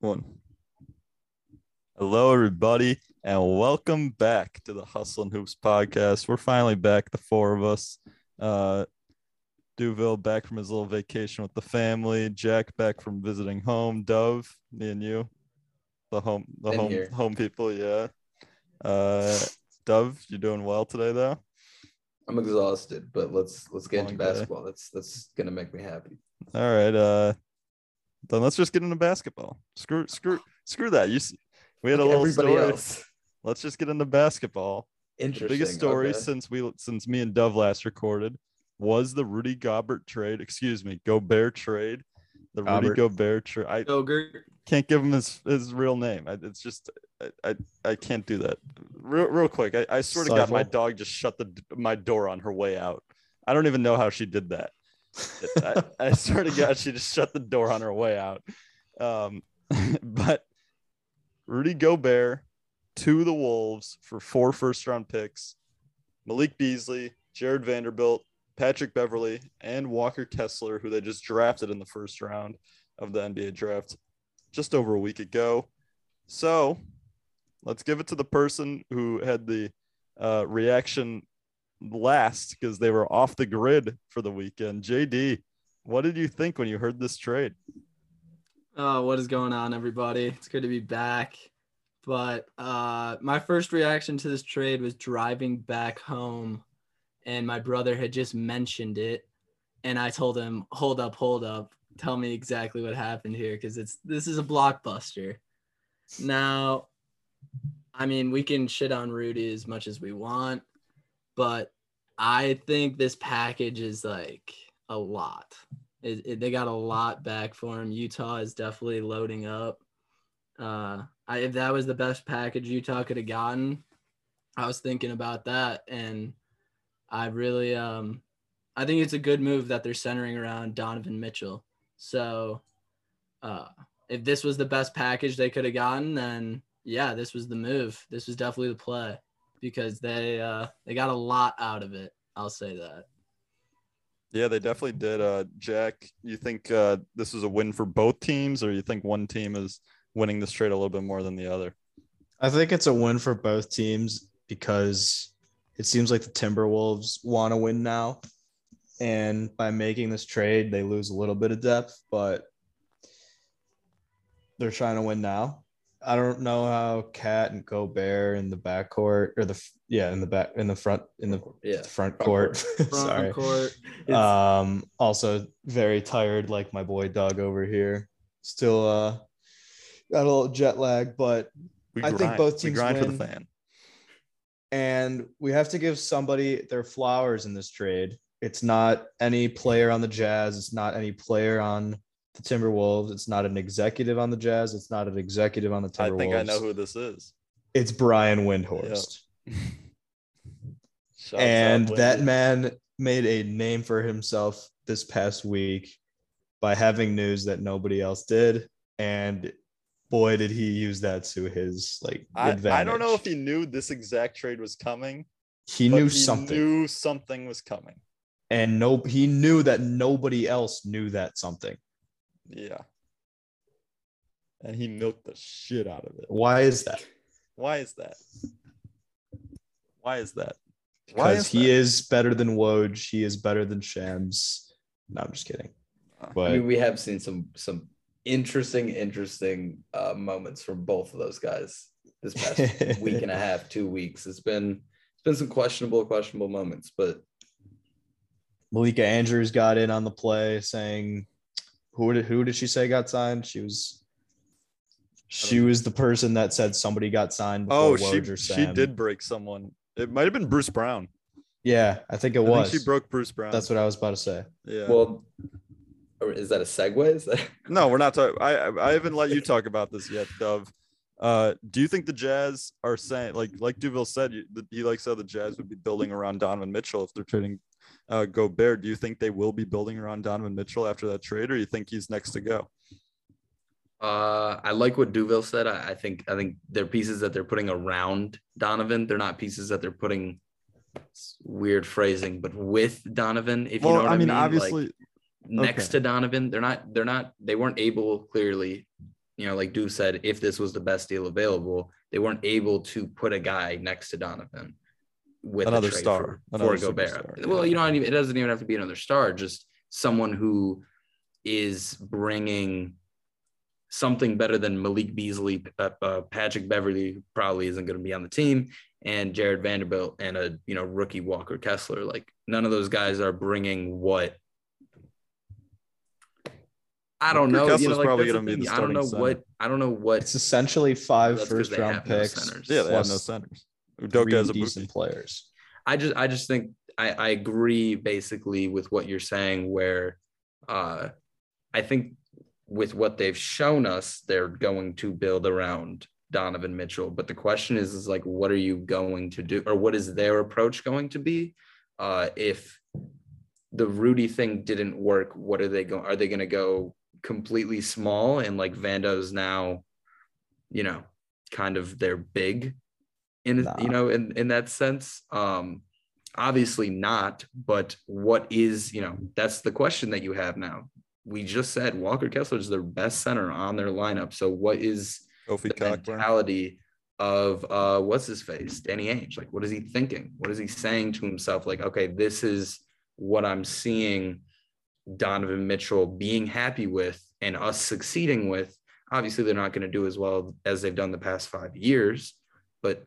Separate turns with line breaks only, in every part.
One. Hello, everybody, and welcome back to the Hustle and Hoops podcast. We're finally back, the four of us. Uh, Duville back from his little vacation with the family. Jack back from visiting home. Dove, me and you, the home, the
Been
home,
here.
home people. Yeah. Uh, Dove, you doing well today, though.
I'm exhausted, but let's let's get into
Long day.
basketball. That's that's gonna make me happy.
All right. Uh, then let's just get into basketball. Screw, screw, screw that. You, s- we had a
Like
little
everybody
story.
else.
Let's just get into basketball. The
Interesting.
biggest story
okay.
since we since me and Dove last recorded was the Rudy Gobert trade. Excuse me, Gobert trade. The Rudy
Gobert.
Gobert trade. I
Yogurt.
can't give him his, his real name. I, it's just I, I I can't do that. Real, real quick, I, I swear to God, my
Stifle.
dog just shut the my door on her way out. I don't even know how she did that. I, I swear to God, she just shut the door on her way out. Um, but Rudy Gobert to the Wolves for four first round picks Malik Beasley, Jared Vanderbilt, Patrick Beverly, and Walker Kessler, who they just drafted in the first round of the NBA draft just over a week ago. So let's give it to the person who had the uh, reaction last because they were off the grid for the weekend. JD, what did you think when you heard this trade?
Oh, what is going on, everybody? It's good to be back. But uh, my first reaction to this trade was driving back home, and my brother had just mentioned it, and I told him, "Hold up, hold up, tell me exactly what happened here, because it's this is a blockbuster." Now, I mean, we can shit on Rudy as much as we want, but I think this package is like a lot it, it- they got a lot back for him. Utah is definitely loading up. Uh, I, if that was the best package Utah could have gotten, I was thinking about that, and I really, um, I think it's a good move that they're centering around Donovan Mitchell. So, uh, if this was the best package they could have gotten, then yeah, this was the move. This was definitely the play because they uh, they got a lot out of it. I'll say that.
Yeah, they definitely did. Uh, Jack, you think uh, this is a win for both teams, or you think one team is winning this trade a little bit more than the other?
I think it's a win for both teams because it seems like the Timberwolves want to win now. And by making this trade, they lose a little bit of depth, but they're trying to win now. I don't know how Cat and Gobert in the backcourt or the yeah in the back in the front in the
Yeah.
front court.
Front
Sorry.
court.
Uh,
Um, also very tired, like my boy Doug over here. Still uh got a little jet lag, but
We
I think both teams
we grind for
win.
the fan.
and we have to give somebody their flowers in this trade. It's not any player on the Jazz. It's not any player on the Timberwolves. It's not an executive on the Jazz. It's not an executive on the
I
Timberwolves.
think I know who this is.
It's Brian Windhorst,
Shouts out,
and that
Wendy.
man made a name for himself this past week by having news that nobody else did, and boy, did he use that to his like advantage.
I, I don't know if he knew this exact trade was coming.
he
but
knew something.
Knew something was coming.
and no he knew that nobody else knew that something
Yeah. And he milked the shit out of it.
why is that
Why is that? Why is that? Why
because
is
he
that?
is better than woj he is better than shams no i'm just kidding
Uh,
but
I mean, we have seen some some interesting, interesting uh, moments from both of those guys this past week and a half, two weeks. It's been it's been some questionable, questionable moments, but
malika andrews got in on the play saying who did who did she say got signed she was she was the person that said somebody got signed before
oh,
woj
she
or
she
Sam.
did break someone. It might have been Bruce Brown.
yeah i think it
I
was
think she broke Bruce Brown.
that's what i was about to say
Yeah.
well, or is that a segue? Is that
no, we're not talking. I I I haven't let you talk about this yet, Dove. Uh, do you think the Jazz are saying like like Duville said? You, that he likes how the Jazz would be building around Donovan Mitchell if they're trading uh, Gobert. Do you think they will be building around Donovan Mitchell after that trade, or you think he's next to go?
Uh, I like what Duville said. I, I think I think they're pieces that they're putting around Donovan. They're not pieces that they're putting it's weird phrasing, but with Donovan. If you know what I mean, Like, next
okay.
to Donovan, they're not. They're not. They weren't able clearly you know, like Duve said, if this was the best deal available, they weren't able to put a guy next to Donovan with
Another
a trade
star,
for,
another
for Gobert.
superstar,
Well,
yeah.
you know, I mean, it doesn't even have to be another star, just someone who is bringing something better than Malik Beasley, uh, uh, Patrick Beverly, who probably isn't going to be on the team, and Jared Vanderbilt and a you know rookie Walker Kessler. Like none of those guys are bringing what. I
Walker
don't know.
Kessler's
you know, like,
probably
that's
gonna be
thing.
the
I don't
starting
know
center.
what. I don't know what.
It's essentially five
That's 'cause
first
they
round
have no
picks.
centers.
Yeah, they have no
Plus
centers. Udoka
three
has a
decent players.
I just I just think I, I agree basically with what you're saying where uh I think with what they've shown us they're going to build around Donovan Mitchell but the question is is like what are you going to do or what is their approach going to be uh if the Rudy thing didn't work what are they going are they going to go completely small and like Vando's now you know kind of their big in
Nah.
you know in in that sense um obviously not but what is you know that's the question that you have now we just said walker kessler is their best center on their lineup so what is the
Kofi Cockburn.
mentality of uh what's his face danny ainge like what is he thinking what is he saying to himself like okay this is what i'm seeing donovan mitchell being happy with and us succeeding with obviously they're not going to do as well as they've done the past five years but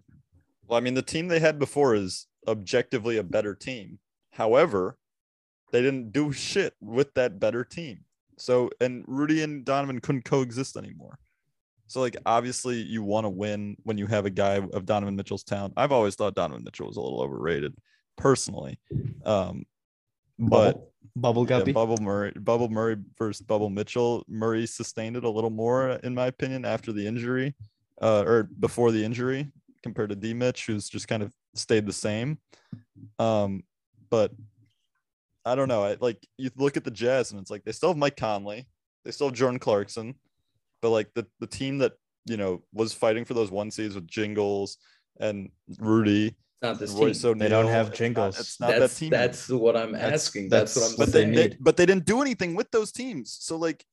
Well, I mean, the team they had before is objectively a better team. However, they didn't do shit with that better team. So, and Rudy and Donovan couldn't coexist anymore. So, like, obviously, you want to win when you have a guy of Donovan Mitchell's talent. I've always thought Donovan Mitchell was a little overrated, personally. Um, but
Bubble, bubble
yeah,
guppy.
Bubble Murray, Bubble Murray versus Bubble Mitchell. Murray sustained it a little more, in my opinion, after the injury, uh, or before the injury, compared to D Mitch, who's just kind of stayed the same. Um, but I don't know. I like you look at the Jazz, and it's like they still have Mike Conley, they still have Jordan Clarkson, but like the the team that you know was fighting for those one seeds with Jingles and Rudy,
it's not this
Royce
team
O'Neal.
They don't have
it's not-
Jingles.
It's not,
that's
that team. anymore
that's what i'm
That's-
asking that's,
that's-
what i'm
but they,
saying
they but they didn't do anything with those teams. So like,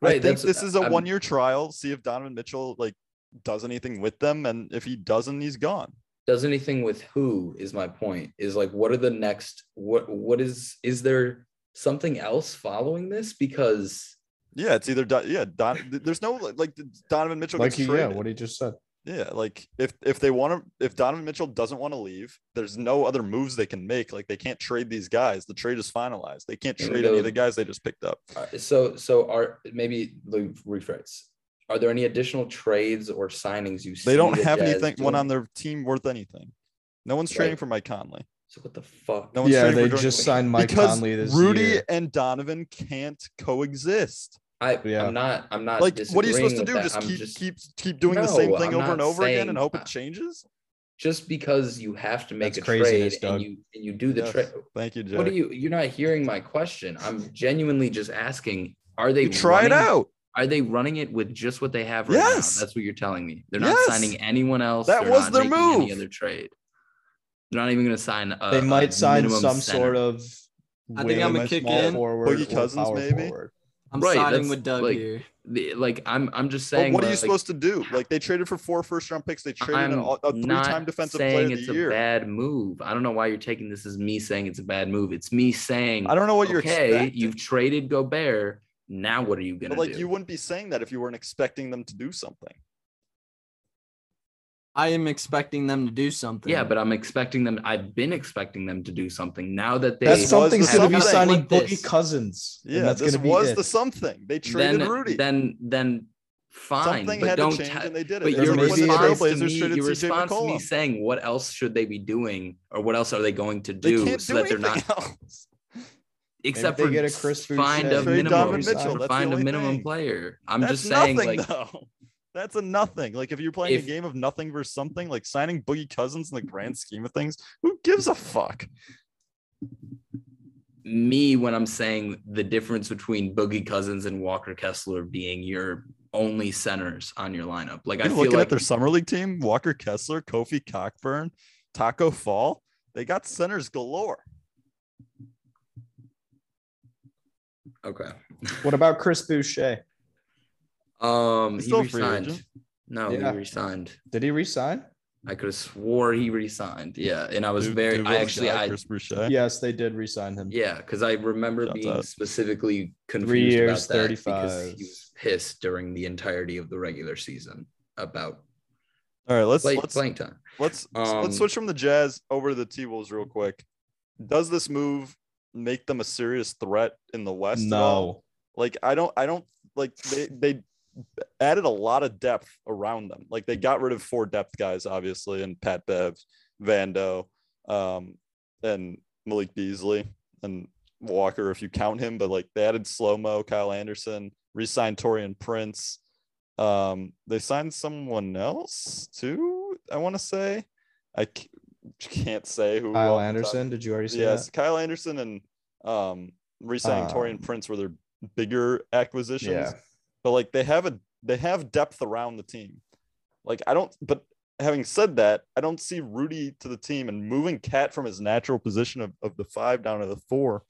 Right,
I think
that's-
this is a
I'm-
one year trial. See if Donovan Mitchell like does anything with them, and if he doesn't, he's gone.
does anything with who is my point is like what are the next what what is is there something else following this because
Yeah, it's either Don, yeah Don. There's no like Donovan Mitchell
Like
gets
you, yeah,
traded.
what he just said.
Yeah, like if if they want to, if Donovan Mitchell doesn't want to leave, there's no other moves they can make. Like they can't trade these guys. The trade is finalized. They can't
Here we
trade any
go.
of the guys they just picked up.
uh, so so are maybe like, rephrase are there any additional trades or signings you see
They don't
the
have
Jazz
anything one
doing?
on their team worth anything. No one's trading
Right.
for Mike Conley.
so what the fuck
No one's
Yeah,
trading
they
for Jordan
just
Clarkson.
signed Mike
because
Conley this
Rudy
year.
and Donovan can't coexist.
I,
Yeah.
i'm not i'm not
Like, what are you supposed to
disagreeing with
do?
that.
Just
I'm
keep keep keep doing the same
No,
thing
I'm
over
not
and over again and
saying-
hope it changes?
just because you have to make
That's
a
craziness,
trade
Doug.
and you and you do the
Yes.
trade
Thank you, Jack.
what are you you're not hearing my question i'm genuinely just asking are they
You try it
running-
out.
Are they running it with just what they have right
Yes.
now? That's what you're telling me. They're not
Yes.
signing anyone else.
That
They're
was
not
their
making Any
move.
other trade. They're not even going to sign.
Uh,
A,
They
a
might sign
minimum
some
center.
sort of.
I think I'm
gonna
wing,
kick
small
in.
forward
Boogie
or
Cousins,
power
maybe?
forward.
I'm
Right,
siding
that's,
with Doug
like,
here.
The- Like I'm, I'm just
But
saying.
what are you
like,
supposed to do? Like they traded for four first round picks. They traded an,
I'm
all- a three time
not
defensive player
saying
of
it's
the
a
year.
bad move. I don't know why you're taking this as me saying it's a bad move. It's me saying,
I don't know what you're
okay,
expecting.
you've traded Gobert. Now what are you going
but
to
like
do?
you wouldn't be saying that if you weren't expecting them to do something.
I am expecting them to do something.
yeah, but I'm expecting them. I've been expecting them to do something. Now that they
That's
That's something
something's
was the
going to be
something.
signing
Like this.
Boogie Cousins. and
Yeah,
that's
this
gonna be
was
it.
the something. They traded
then,
Rudy.
Then then fine,
something
but
had
don't
to change
t-
and they did it.
but
There's
your
a reason the
response to
Trailblazers
me,
traded
your
CJ
response to me
McCollum.
saying what else should they be doing or what else are they going to
They
do
can't
so
do
that they're not
anything else.
except
they
for
get a Chris Boucher.
find a
Trade
minimum
Donovan Mitchell, that's the
find a
only
minimum
thing.
player. I'm
That's
just saying
nothing,
like
though. That's a nothing. Like if you're playing
If-
a game of nothing versus something, like signing Boogie Cousins in the grand scheme of things, who gives a fuck?
me when I'm saying the difference between Boogie Cousins and Walker Kessler being your only centers on your lineup. Like I
You're
feel
looking
like
at their summer league team: Walker Kessler, Kofi Cockburn, Taco Fall. They got centers galore.
okay.
What about Chris Boucher?
Um,
He's
he
still a free
resigned.
agent.
No,
Yeah.
he resigned.
Did he resign?
I could have swore he resigned. Yeah, and I was
Du-
very. I
Duval's
actually,
guy,
I
Chris Boucher.
Yes, they did resign him.
yeah, because I remember
Shouts
being
out.
specifically confused
years,
about that
35.
because he was pissed during the entirety of the regular season about
All right, let's
play,
let's
playing time.
let's
Um,
let's switch from the Jazz over to the T Wolves real quick. Does this move make them a serious threat in the West? at all?
No.
Like I don't I don't like they they added a lot of depth around them. Like they got rid of four depth guys, obviously, and Pat Bev, Vando, um, and Malik Beasley and Walker, if you count him, but like they added slow mo, Kyle Anderson, re-signed Torian Prince. Um, they signed someone else too, I want to say. I c- can't say who
Kyle
off the top of
Anderson, did you already say
Yes,
that?
Kyle Anderson and um re-signing Torian
Um,
Prince were their bigger acquisitions.
Yeah.
But like they have a they have depth around the team. Like I don't but having said that, I don't see Rudy to the team and moving Cat from his natural position of, of the five down to the four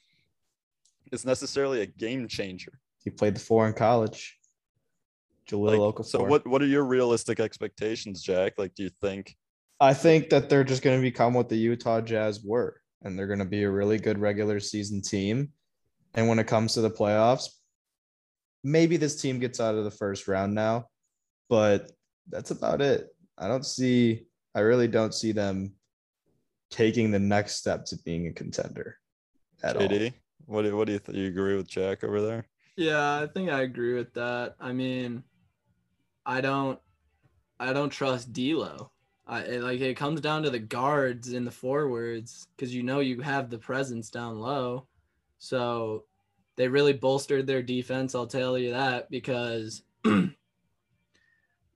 is necessarily a game changer.
He played the four in college. Jaleel
Like,
Okafor.
so what what are your realistic expectations, Jack? Like do you think
I think that they're just going to become what the Utah Jazz were, and they're going to be a really good regular season team. And when it comes to the playoffs, maybe this team gets out of the first round now, but that's about it. I don't see, I really don't see them taking the next step to being a contender at all.
JD? What do, what do you th- you agree with Jack over there?
Yeah, I think I agree with that. I mean, I don't, I don't trust D'Lo. I it, like it comes down to the guards and the forwards because you know you have the presence down low, so they really bolstered their defense. I'll tell you that because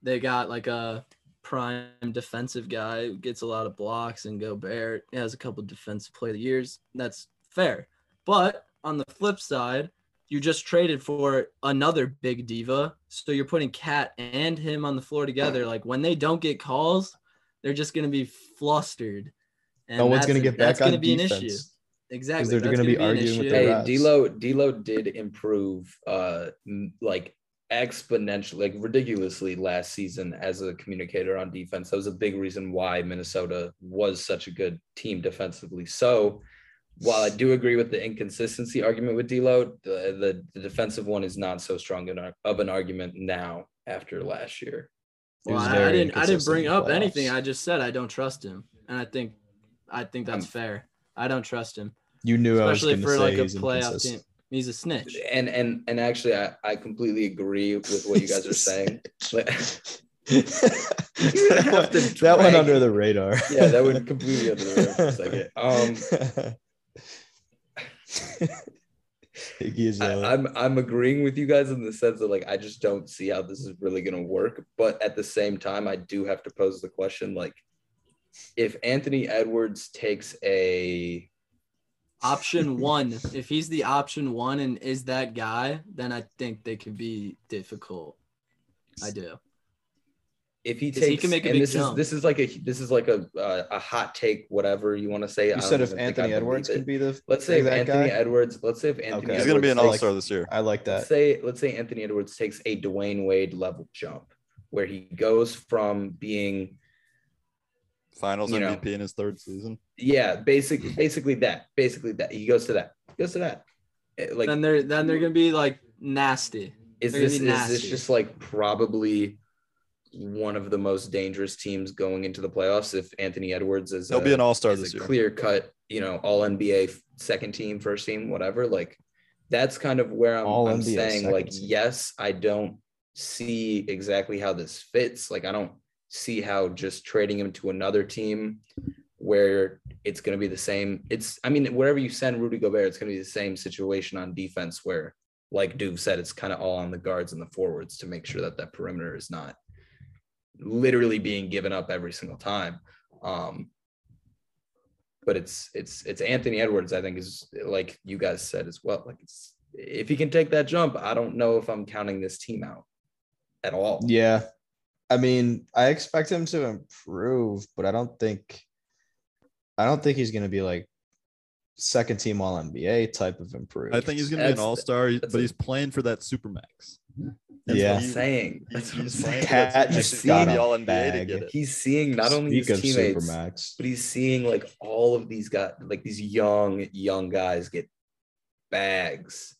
they got like a prime defensive guy who gets a lot of blocks and Gobert has a couple defensive player of the years. That's fair, but on the flip side you just traded for another big diva. So you're putting Cat and him on the floor together. Like when they don't get calls, they're just gonna be flustered. And
No one's
that's-
going to get back
that's gonna
on
be
defense.
an issue. Exactly.
they're
that's
gonna be
an
arguing with
issue.
their
Hey,
rest.
D'Lo, D'Lo did improve, uh, m- like exponentially, like ridiculously last season as a communicator on defense. That was a big reason why Minnesota was such a good team defensively. So, while I do agree with the inconsistency argument with D'Lo, the, the, the defensive one is not so strong an ar- of an argument now after last year.
He
Well,
was
I, I
very
didn't I didn't
inconsistent in
bring
the
up anything.
playoffs.
I just said I don't trust him. And I think I think that's
I'm-
fair. I don't trust him.
You knew I
Especially
was
for
going
like
to
a
say he's
playoff
inconsistent.
team. He's a snitch.
And and and actually, I, I completely agree with what you guys are saying. Like,
that,
have
went,
to
that went
drag-
under the radar.
yeah, that went completely under the radar for a second. Um,
Iggy is yelling.
I, I'm I'm agreeing with you guys in the sense that like I just don't see how this is really gonna work. But at the same time, I do have to pose the question like if Anthony Edwards takes a
Option one. If he's the option one and is that guy, then I think they could be difficult. I do.
if he
'Cause he
takes
can make a
and
big
this is
jump.
this is like a this is like a uh, a hot take whatever you want to say. I
you
don't
said if
even think I
Anthony
believe
Edwards
it.
can be the
let's say if
that
Anthony
guy?
Edwards let's say if Anthony
Okay.
He's
Edwards,
going to be an
takes-
all-star this year.
I like
let's
that.
say let's say Anthony Edwards takes a Dwayne Wade level jump where he goes from being
Finals
you know.
MVP in his third season.
yeah basically basically that basically that he goes to that he goes to that Eh, like
then they're then they're gonna be like nasty.
is
they're gonna
this is
be
this
nasty.
just like probably one of the most dangerous teams going into the playoffs if anthony edwards is uh,
He'll
a,
be an all-star
is
this
a
year.
clear cut you know all nba f- second team first team whatever like that's kind of where i'm,
All
I'm
NBA
saying
second
like
team.
yes i don't see exactly how this fits like i don't see how just trading him to another team where it's going to be the same. It's, I mean, wherever you send Rudy Gobert, it's going to be the same situation on defense where, like Duve said, it's kind of all on the guards and the forwards to make sure that that perimeter is not literally being given up every single time. Um, but it's it's it's Anthony Edwards, I think, is like you guys said as well. Like it's if he can take that jump, I don't know if I'm counting this team out at all.
Yeah. I mean, I expect him to improve, but I don't think I don't think he's gonna be like second team all NBA type of improve.
I think he's going to be
That's-
an all-star,
that's
but
a-
he's playing for that supermax.
That's
Yeah.
what he's saying. That's what I'm saying.
Cat
That's-
just
he's
got
seeing
a
the All NBA to
bag.
get it. He's seeing not only his
Speak of
teammates,
Supermax.
but he's seeing like all of these guys, like these young, young guys get bags.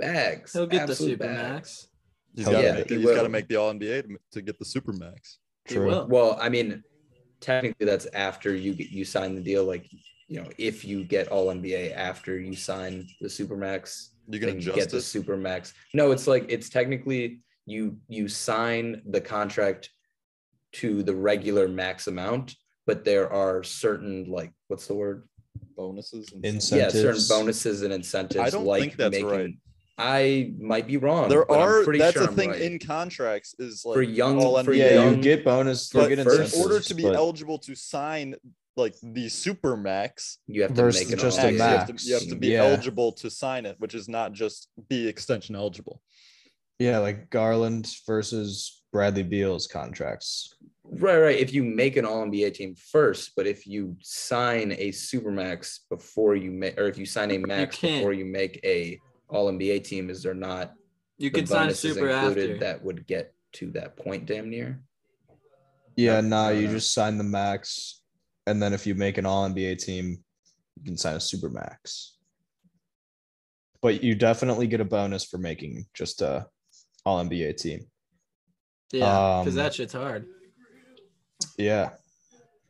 Bags.
He'll get
absolute
the
bags.
supermax.
He's
Hell
got
yeah,
to make,
he
he's got to
will.
make the All NBA to, to get the Supermax.
He
True.
will.
Well, I mean, technically that's after you get you sign the deal. Like, you know, if you get all NBA after you sign the supermax,
You can
then you get
adjust
the
it.
supermax. No, it's like it's technically you you sign the contract to the regular max amount, but there are certain like what's the word?
bonuses. And
Ins-
stuff.
Yeah, certain
Incentives.
bonuses and incentives.
I don't
like
think that's
making,
right.
I might be wrong.
There
but I'm
are.
pretty
That's
sure
a
I'm
thing
right.
in contracts is like
for young
all
for
NBA.
yeah,
young
you get bonus. You
But
get
first-
incentives.
in order to be
but
eligible to sign like the supermax
you have to
versus
make an
just a
max,
all-NBA
you have
max.
to, you have to be
Yeah.
eligible to sign it, which is not just be extension eligible.
yeah, like Garland versus Bradley Beal's contracts.
Right, right. If you make an All NBA team first, but if you sign a supermax before you make, or if you sign a max
can't.
before you make a All NBA team, is there not
You
the
can sign a
bonuses
super after.
that would get to that point damn near?
Yeah,
Yeah,
nah,
I don't
you
know.
just sign the max, and then if you make an All NBA team, you can sign a super max. But you definitely get a bonus for making just a All NBA team.
yeah, because
Um,
that shit's hard.
Yeah,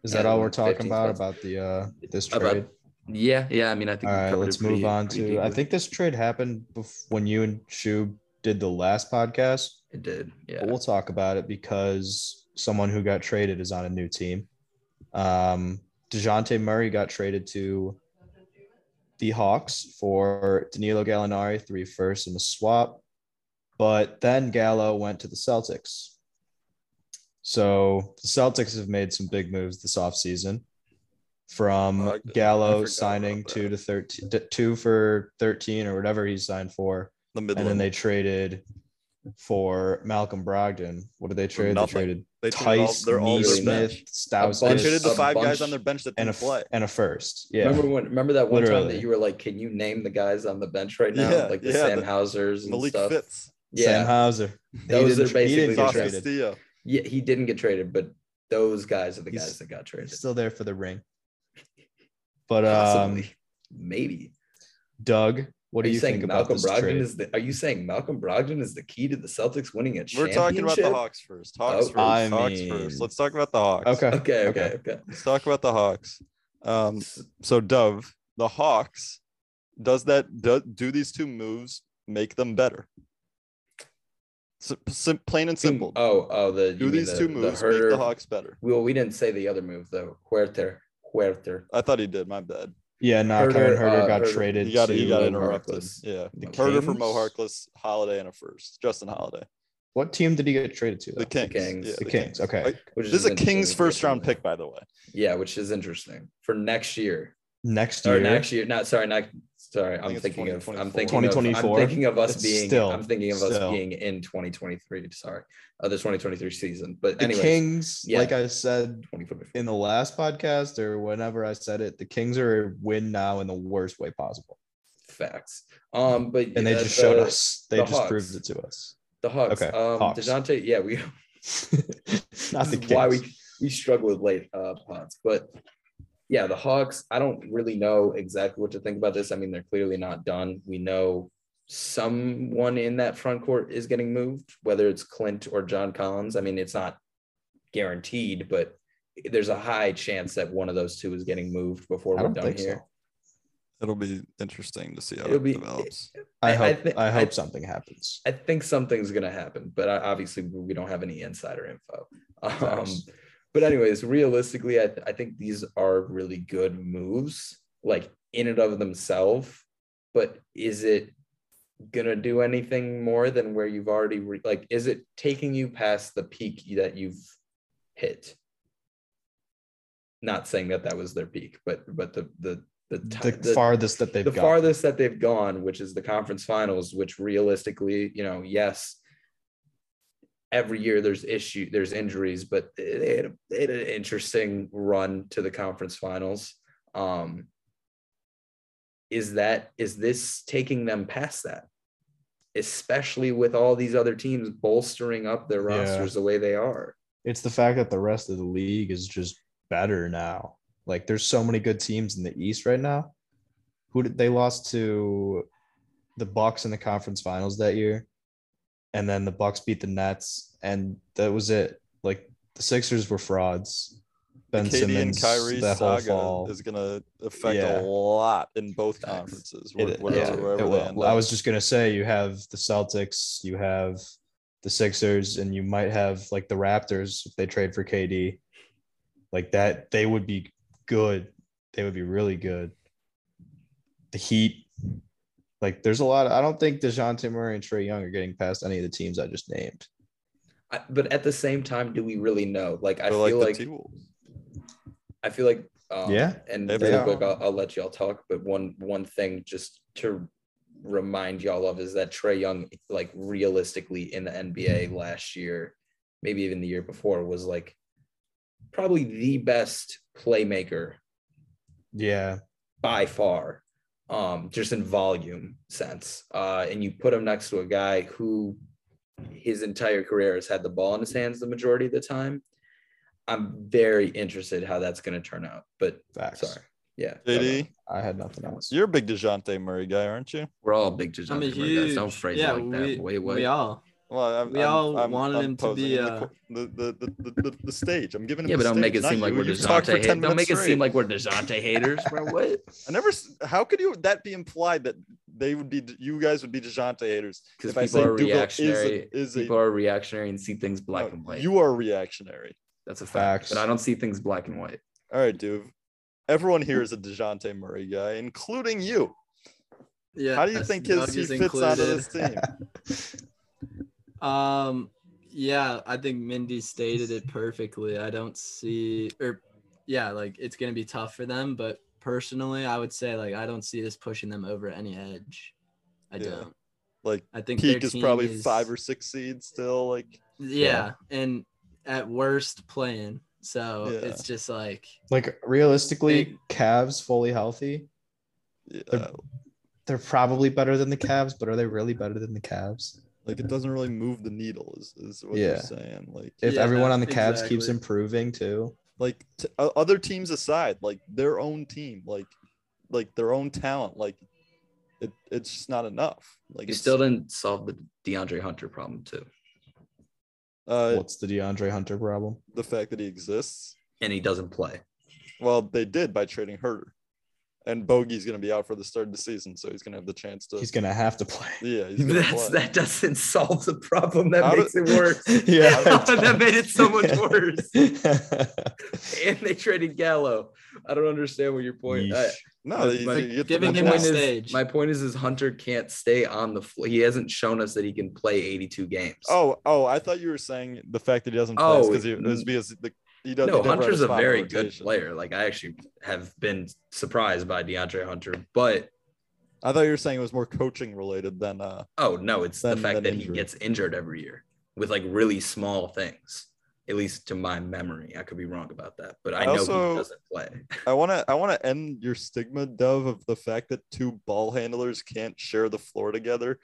is
Yeah,
that all
the
we're talking
15
about
spots.
about the uh this trade?
About- Yeah, yeah. I mean, I think.
all right, let's move on to. I think this trade happened bef- when you and Shu did the last podcast.
it did. Yeah.
but we'll talk about it because someone who got traded is on a new team. Um, DeJounte Murray got traded to the Hawks for Danilo Gallinari, three firsts in a swap. But then Gallo went to the Celtics. So the Celtics have made some big moves this offseason from
Oh, I- I forgot
Gallo
about
signing
that.
two to 13, t- two for 13 or whatever he signed for
The middle.
and then they traded for Malcolm Brogdon. What did they trade? They
nothing.
traded
they traded
Tice,
all, they're all their
Neesmith,
bench.
Smith, Stauskas,
They
bunch
traded the
a
five guys
bunch
on their bench that
and a
didn't play.
f- and a first. Yeah,
Remember when? Remember that one time
Literally.
that you were like, "Can you name the guys on the bench right now?"
Yeah,
like the
yeah,
Sam
the-
Hausers and
Malik
stuff.
Fitz,
Sam
Yeah,
Hauser.
Those are
he
basically
didn't
the
get
Sauce
trades.
traded.
Castillo.
yeah. He didn't get traded, but those guys are the
He's-
guys that got traded.
He's still there for the ring. But um,
Possibly. maybe.
Doug, what
What
do
are you,
you
saying
think about
Malcolm
this
Brogdon
trade?
is the are you saying Malcolm Brogdon is the key to the Celtics winning a
We're
championship?
talking about the Hawks first. Hawks
Oh,
first.
I
Hawks
mean-
first. Let's talk about the Hawks.
okay,
Okay, okay, okay.
Let's talk about the Hawks. Um, so Dove, the Hawks, does that do, do these two moves make them better? S- sim- plain and simple.
Oh, oh, the you
do
mean
these
the-
two
the
moves make
Herter-
the Hawks better?
Well, we didn't say the other move though. Huerter, Huerter.
I thought he did. My bad.
yeah, no,
Herter,
Kevin Herter
uh,
got
Herter.
traded.
You got
to,
you got
Mo
interrupted.
Harkless.
Yeah,
The
Herder for Mo Harkless,
Kings?
Holiday, and a first. Justin Holiday,
What team did he get traded to?
the
though?
Kings.
Kings.
Yeah,
The Kings. Okay,
Like,
Which
This is a
interesting
Kings
because
first round
it's-
pick, by the way.
Yeah, which is interesting for next year.
next
Or
year.
next year? Not sorry, not sorry. I'm
it's
thinking of I'm
2024.
thinking of I'm
2024.
thinking of us
It's
being
still-
I'm thinking of us
still.
being in 2023. Sorry, uh, the 2023 season. But
the
anyway,
Kings,
yeah.
like I said
2024.
in the last podcast or whenever I said it, the Kings are a win now in the worst way possible.
Facts. Um, but
And
yeah,
they just showed
the-
us. They
the
just proved it
Hawks.
to us.
the Hawks.
Okay,
Um,
Hawks.
Dejounte. Yeah, we.
Not
this
the
is
Kings.
why we we struggle with late uh, pods, but yeah, the Hawks. I don't really know exactly what to think about this. I mean, they're clearly not done. We know someone in that front court is getting moved, whether it's Clint or John Collins. I mean, it's not guaranteed, but there's a high chance that one of those two is getting moved before
I
we're
don't
done
think
here.
so.
It'll be interesting to see how
It'll
it
be-
develops.
I,
I- I
hope.
thi-
I, hope
I-
something happens.
I think something's gonna happen, but I, obviously we don't have any insider info. Um,
Facts.
but anyways, realistically, I, th- I think these are really good moves, like in and of themselves. But is it gonna do anything more than where you've already re- like? Is it taking you past the peak that you've hit? Not saying that that was their peak, but but the the the, ti-
the, farthest that they've
the
gone.
farthest that they've gone, which is the conference finals, which realistically, you know, yes, every year there's issue, there's injuries, but they had, a, they had an interesting run to the conference finals. Um, is that is this taking them past that? especially with all these other teams bolstering up their
Yeah.
rosters the way they are.
It's the fact that the rest of the league is just better now. Like there's so many good teams in the East right now. Who did they lost to the Bucks in the conference finals that year? And then the Bucks beat the Nets and that was it. Like the Sixers were frauds. Ben
Katie and
Simmons
Kyrie
that whole
saga
fall.
is going to affect a
Yeah.
lot in both
Facts.
conferences. wh-
It,
whatever-
yeah,
wherever
it
they
will.
end
I
up.
was just gonna say you have the Celtics, you have the Sixers, and you might have like the Raptors if they trade for KD. Like that, they would be good. They would be really good. The Heat, like there's a lot. I don't think Dejounte Murray and Trey Young are getting past any of the teams I just named.
I, but at the same time, do we really know? Like,
They're
I feel
like the
like
T-Wolves.
I feel like um,
Yeah,
And
they
real
are.
quick, I'll, I'll let y'all talk. But one one thing just to remind y'all of is that Trey Young, like realistically in the NBA last year, maybe even the year before, was like probably the best playmaker
Yeah,
by far, um, just in volume sense. Uh, and you put him next to a guy who his entire career has had the ball in his hands the majority of the time. I'm very interested how that's going to turn out. But
facts.
sorry, yeah,
JD,
I had nothing else.
you're a big Dejounte Murray guy, aren't you?
we're all big Dejounte
I'm a
Murray
huge.
guys. Don't phrase
yeah,
it like that.
we,
Wait, what?
we all.
Well, I'm,
We
I'm-
all
I'm-
wanted
I'm
him to
posing
be,
the
uh,
qu- the, the, the, the, the, the stage. I'm giving him.
yeah,
the
but don't make
stage,
it seem
not
like
you.
we're
You talked for 10
Dejounte. Hate- don't make
minutes
it seem
straight.
like we're Dejounte haters, bro. What?
I never. s- How could you? That be implied that they would be. You guys would be Dejounte haters
Because
If I
people
say
are
Duval is a-
reactionary.
is a-
people are reactionary and see things black
No,
and white.
You are reactionary.
That's a fact.
Facts.
But I don't see things black and white.
All right, dude. Everyone here is a Dejounte Murray guy, including you.
Yeah.
How do you
us
think his,
Nug
he
is
fits onto
included.
this team?
Um, yeah, I think Mindy stated it perfectly. I don't see, or yeah, like it's gonna be tough for them. But personally, I would say like I don't see this pushing them over any edge. I
Yeah.
don't.
Like
I think their
peak is
team
probably five or six seeds still. Like
yeah, and at worst playing. So
Yeah.
it's just like
Like realistically,
Big-
Cavs fully healthy.
yeah,
They're probably better than the Cavs, but are they really better than the Cavs?
like it doesn't really move the needle. Is, is what
Yeah.
you're saying? Like
if
Yeah,
everyone on the Cavs keeps
exactly.
improving too.
like t- o- other teams aside, like their own team, like like their own talent, like it, it's just not enough. Like
You
it's-
still didn't solve the DeAndre Hunter problem too,
uh,
What's the DeAndre Hunter problem?
the fact that he exists.
and he doesn't play.
Well, they did by trading Herder, and Bogey's going to be out for the start of the season, so he's going to have the chance to.
He's gonna have to play.
yeah, he's gonna
That's
play.
that doesn't solve the problem. That
How
makes it worse.
yeah,
that made it so much worse.
worse.
And they traded Gallo. I don't understand what your point. I,
No, you
Like,
think you get the
giving
one
him
my
a
out.
point
stage.
Is, my point is, is Hunter can't stay on the floor. He hasn't shown us that he can play 82 games.
Oh, oh, I thought you were saying the fact that he doesn't play
Oh,
because it was because the, he doesn't.
no, Hunter's a very good player. Like I actually have been surprised by DeAndre Hunter, but
I thought you were saying it was more coaching related than uh
oh no, it's the
Than-
fact
than
that
injury.
he gets injured every year with like really small things. At least to my memory, I could be wrong about that, but I,
I
know
also-
he doesn't play.
I want to I want to end your stigma, Dove, of the fact that two ball handlers can't share the floor together.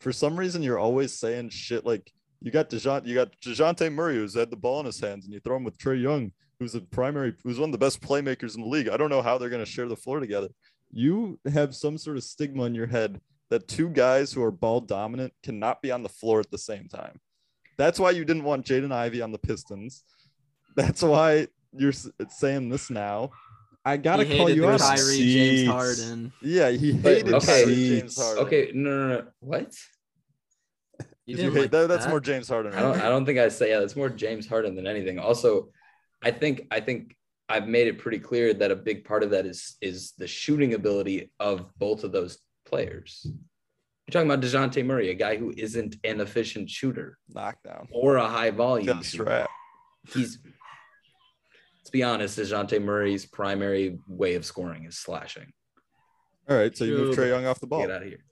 For some reason, you're always saying shit like you got Dejounte, you got Dejounte Murray who's had the ball in his hands, and you throw him with Trey Young, who's the primary, who's one of the best playmakers in the league. I don't know how they're going to share the floor together. You have some sort of stigma in your head that two guys who are ball dominant cannot be on the floor at the same time. That's why you didn't want Jaden Ivey on the Pistons. That's why you're s- saying this now. I gotta
he
call
hated
you
the
out.
Kyrie
on-
Seats.
James Harden.
Yeah, he
But-
hated
okay.
Kyrie James Harden.
Okay, no, no, no. What?
You
Did you
didn't
hate
like
that? That's
that?
more James Harden.
I don't.
right?
I don't think I say. Yeah, that's more James Harden than anything. Also, I think. I think I've made it pretty clear that a big part of that is is the shooting ability of both of those players. You're talking about Dejounte Murray, a guy who isn't an efficient shooter
Knockdown.
or a high volume.
Got
shooter.
strapped.
He's. Let's be honest. Dejounte Murray's primary way of scoring is slashing.
All right, so you move
Dude.
Trey Young off the ball.
Get out of here.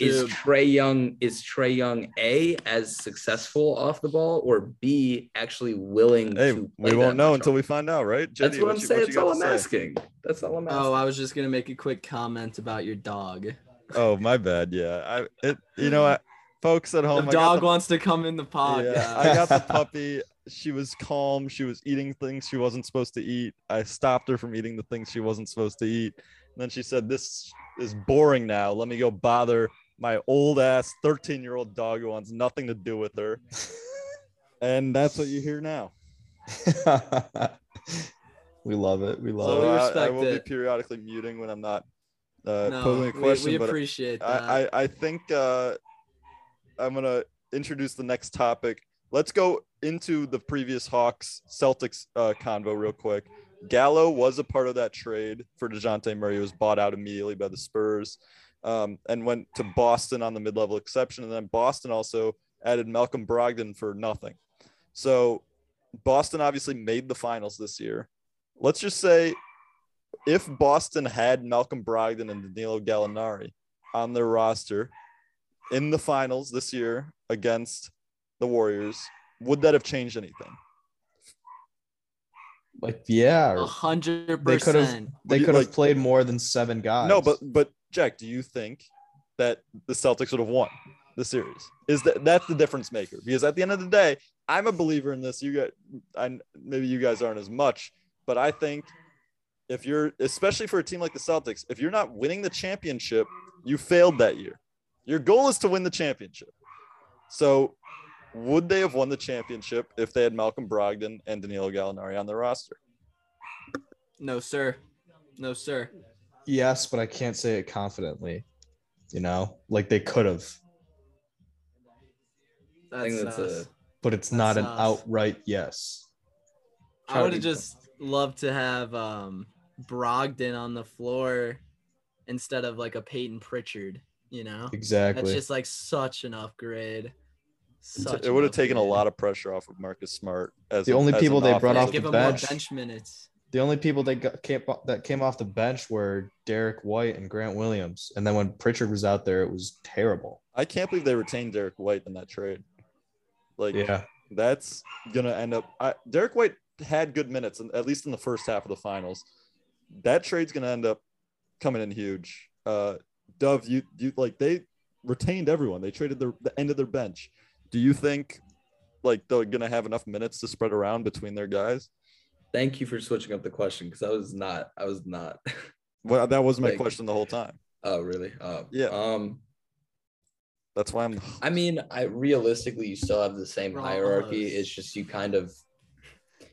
Is
Shub.
Trey Young is Trey Young a as successful off the ball or B actually willing?
Hey,
to
we won't know until we find out, right?
That's
JD,
what I'm
you-
saying.
you
That's
got
all
to
I'm
say?
asking. That's all I'm asking.
Oh, I was just gonna make a quick comment about your dog.
Oh, my bad. Yeah. I it, you know what, folks at home.
the
I got
dog
the-
wants to come in the pod.
yeah,
Yeah,
I got the puppy. She was calm. She was eating things she wasn't supposed to eat. I stopped her from eating the things she wasn't supposed to eat. And then she said, This is boring now. Let me go bother my old ass 13 year old dog who wants nothing to do with her. and that's what you hear now.
we love it. We love
So uh,
we
I- I,
respect
will
it.
be periodically muting when I'm not uh,
no,
posing
we,
a question.
we
but
appreciate that.
I, I, I think uh, I'm gonna introduce the next topic. Let's go into the previous Hawks Celtics uh, convo real quick. Gallo was a part of that trade for Dejounte Murray. He was bought out immediately by the Spurs, um, and went to Boston on the mid-level exception. And then Boston also added Malcolm Brogdon for nothing. So Boston obviously made the finals this year. Let's just say if Boston had Malcolm Brogdon and Danilo Gallinari on their roster in the finals this year against the Warriors, would that have changed anything?
Like yeah,
A hundred
They could've-
percent.
they
you-
could have
like-
played more than seven guys.
No, but but Jack, do you think that the Celtics would have won the series? Is that that's the difference maker? Because at the end of the day, I'm a believer in this. You got, I maybe you guys aren't as much, but I think if you're, especially for a team like the Celtics, if you're not winning the championship, you failed that year. Your goal is to win the championship. So, would they have won the championship if they had Malcolm Brogdon and Danilo Gallinari on their roster?
No sir, no sir.
yes, but I can't say it confidently. You know, like they could have,
That's, uh,
think that's
us.
a-
but it's
That's
not an
us.
outright yes.
I would
Charlie.
have just loved to have um, Brogdon on the floor instead of like a Peyton Pritchard. You know, that's
Exactly.
just like such an upgrade. Such
it would have taken a lot of pressure off of Marcus Smart. As
The
an-
only
as
people
an
they
offensive
brought
yeah,
off
give
the
him
bench.
more bench minutes.
the only people that got came, that came off the bench were Derek White and Grant Williams, and then when Pritchard was out there, it was terrible.
I can't believe they retained Derek White in that trade. Like that's gonna end up. I, Derek White had good minutes, in- at least in the first half of the finals. That trade's gonna end up coming in huge. Uh, Dove, you you like they retained everyone. They traded their, the end of their bench. Do you think like they're gonna have enough minutes to spread around between their guys?
Thank you for switching up the question because I was not. I was not.
Well, that was my
Like-
question the whole time.
Oh, really? Oh,
Yeah.
Um,
That's why I'm.
I mean, I realistically, you still have the same
We're
hierarchy.
almost.
It's just you kind of,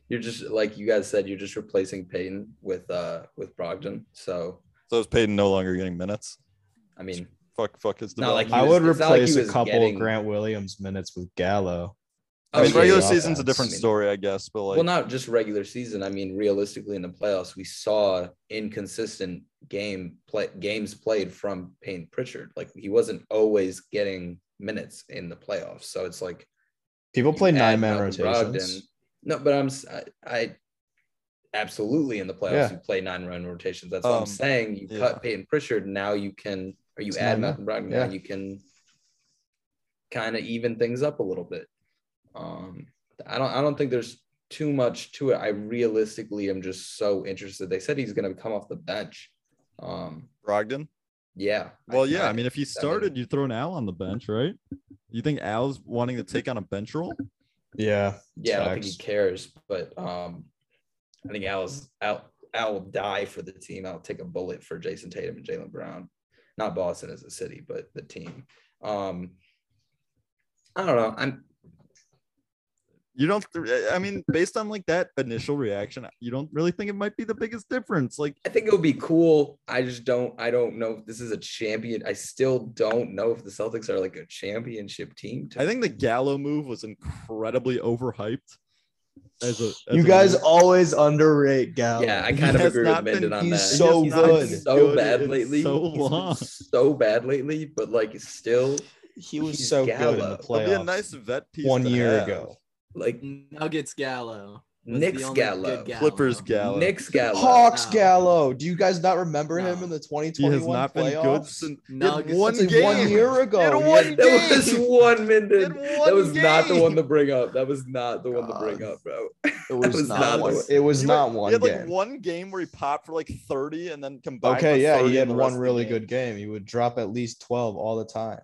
you're just like you guys said, you're just replacing Peyton with uh with Brogdon. So
So is Payton no longer getting minutes?
I mean,
Fuck, fuck his.
Not like
development.
he
I
was-
would
it's not like he
replace
was
a couple
getting-
of Grant Williams minutes with Gallo.
I mean,
yeah,
regular
yeah.
the
season's a
offense.
different story, I guess. But like,
well, not just regular season. I mean, realistically, in the playoffs, we saw inconsistent game play games played from Payne Pritchard. Like he wasn't always getting minutes in the playoffs. So it's like
People play
you
nine
add
man
Malcolm Brogdon.
rotations.
No, but I'm s- I, I- absolutely in the playoffs
Yeah.
you play nine man rotations. That's what
Um,
I'm saying. You
yeah.
cut Peyton Pritchard, now you can or you
It's
add
nine-man.
Malcolm Brogdon,
Yeah.
now you can kind of even things up a little bit. Um, I don't I don't think there's too much to it. I realistically am just so interested. They said he's gonna come off the bench. Um,
Brogdon.
yeah.
Well, yeah. I mean, if you
started,
started, you throw an Al on the bench, right? You think Al's wanting to take on a bench role?
Yeah.
Yeah, I don't think he
Facts.
cares, but um, I think Al is Al, Al will die for the team. I'll take a bullet for Jason Tatum and Jalen Brown. Not Boston as a city, but the team. Um, I don't know. I'm
You don't. I mean, based on like that initial reaction, you don't really think it might be the biggest difference. Like,
I think it would be cool. I just don't. I don't know if this is a champion. I still don't know if the Celtics are like a championship team. To
I think the Gallo move was incredibly overhyped. As a, as
You
a
guys
move.
always underrate Gallo.
yeah, I
He
kind of
has
agree
not
with
been-
Mendon on
he's
that.
so
He's not been
good.
so
Good
bad
in
lately.
so
He's been
long.
so bad lately, but like still
he was
he's
so good in
Gallo.
the
It'll
It'll
playoffs
be a nice vet piece
one
to
year
have.
ago.
like
Nuggets Gallo. was
Nick's
the only good
Gallo.
Clippers Gallo.
Nick's Gallo.
Hawks
No.
Gallo. Do you guys not remember him
No.
in the
He
2021
has not been
playoffs?
good since he had
Nuggets.
one
That's like
game.
one year ago.
He had
He
one
had-
That was
game.
one minute.
He had
That
one
was not the
game.
one to bring up. That was not the one to bring
God.
up, bro.
It was,
was
not,
not
one.
the-
It was
He
not
He
one
had like
game.
one game where he popped for like 30 and then combined.
Okay,
with
yeah,
30
he
in
had
the rest
one
of the
really
game.
good game. He would drop at least 12 all the time.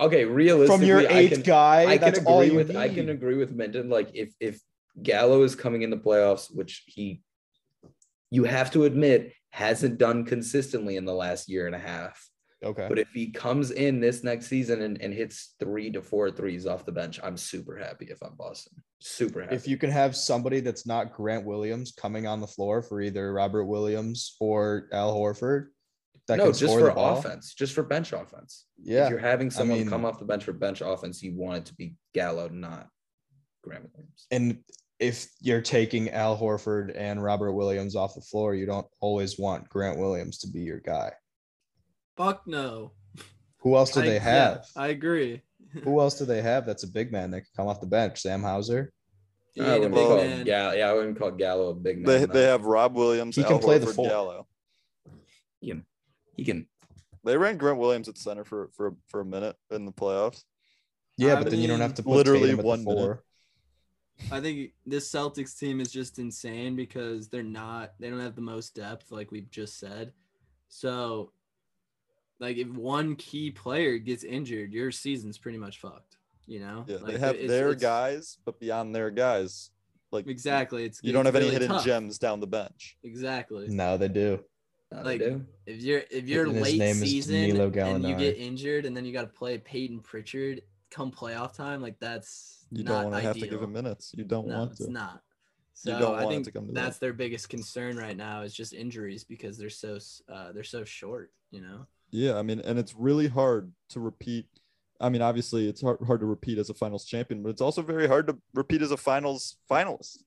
Okay, realistically,
From your
I
eighth
can,
guy,
I can
that's all
agree
you
with
need.
I can agree with Menton. Like if if Gallo is coming in the playoffs, which he you have to admit hasn't done consistently in the last year and a half.
okay.
But if he comes in this next season and, and hits three to four threes off the bench, I'm super happy if I'm Boston. Super happy.
If you can have somebody that's not Grant Williams coming on the floor for either Robert Williams or Al Horford, that
no,
can
just
score
for
the ball,
offense, just for bench offense. If
Yeah,
you're having someone
mean-
come off the bench for bench offense, you want it to be Gallo, not Graham Williams.
and if you're taking Al Horford and Robert Williams off the floor, you don't always want Grant Williams to be your guy.
Fuck no.
Who else do
I-
they
yeah,
have?
I agree.
Who else do they have that's a big man that can come off the bench? Sam Hauser.
He
I
ain't a
wouldn't
big
call
man.
Gallo. Yeah, I wouldn't call Gallo a big man.
They,
no.
they have Rob Williams,
He
Al
can play the
Horford,
four.
Gallo.
he can.
They ran Grant Williams at center for, for, for a minute in the playoffs.
Yeah,
I
but then you don't
mean,
have to put
literally
Tatum at the
one minute.
four.
I think this Celtics team is just insane because they're not they don't have the most depth like we've just said. So like if one key player gets injured, your season's pretty much fucked, you know?
Yeah,
like,
they have
it's-
their
it's-
guys, but beyond their guys, like
Exactly. It's
You don't have
it's
any
really
hidden
tough.
gems down the bench.
Exactly.
No, they do.
No,
Like,
uh, they do.
If you're if you're
And his
late
name is
season
Danilo
and you
Gallinari.
get injured and then you got to play Peyton Pritchard come playoff time, like that's
You
not
don't want to have to give
ideal.
him minutes. You don't
No,
want
it's
to.
not.
You
So
don't want
I
it
think
to come to that.
that's their biggest concern right now is just injuries because they're so s- uh, they're so short. You know,
Yeah, I mean, and it's really hard to repeat. I mean, obviously, it's hard, hard to repeat as a finals champion, but it's also very hard to repeat as a finals finalist.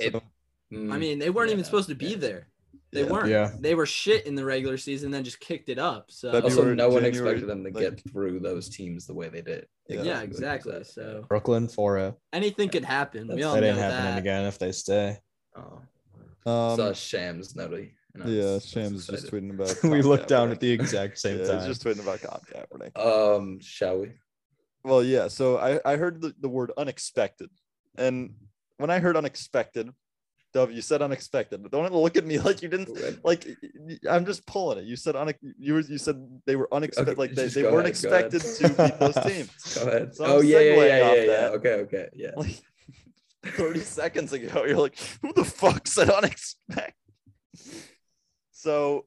It-
So,
I
Mm,
mean they weren't even
yeah,
supposed to be
yeah.
there. They
Yeah.
weren't.
Yeah.
They were shit in the regular season, then just kicked it up. So
That'd be
Also,
February,
no one
January,
expected them to
like-
get through those teams the way they did.
Yeah.
yeah,
Exactly.
exactly. So
Brooklyn four zero.
anything could happen. We
That
all
That
know
ain't
that.
happening again if they stay.
oh,
um,
saw Shams nutty. and I was- I
yeah,
was
Shams just
excited.
tweeting about.
we
Colin
looked down at
Kaepernick.
the exact same
yeah,
time.
He's just tweeting about Colin Kaepernick.
Um, shall we?
Well, yeah. So I, I heard the, the word unexpected. And when I heard unexpected, Dove, you said unexpected. But don't look at me like you didn't like y- y- I'm just pulling it. You said un- you were, you said they were unexpected, like they,
just
they
go
weren't
ahead, go ahead.
expected to beat those teams.
Go ahead.
So I'm
oh yeah, yeah, yeah,
segueing
yeah,
off
yeah.
that.
Okay, okay, yeah.
Like 30 seconds ago, you're like, who the fuck said unexpected? So,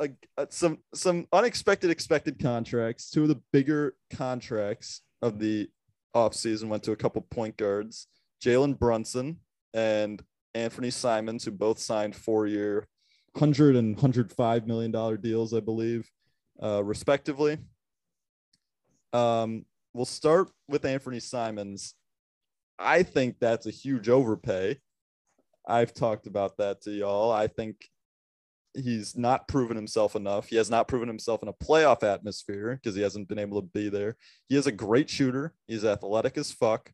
uh, uh, some some unexpected expected contracts. Two of the bigger contracts of the offseason went to a couple point guards, Jalen Brunson and Anthony Simons, who both signed four year, 100 and 105 million dollar deals, I believe, uh, respectively. Um, we'll start with Anthony Simons. I think that's a huge overpay. I've talked about that to y'all. I think he's not proven himself enough. He has not proven himself in a playoff atmosphere because he hasn't been able to be there. He is a great shooter. He's athletic as fuck,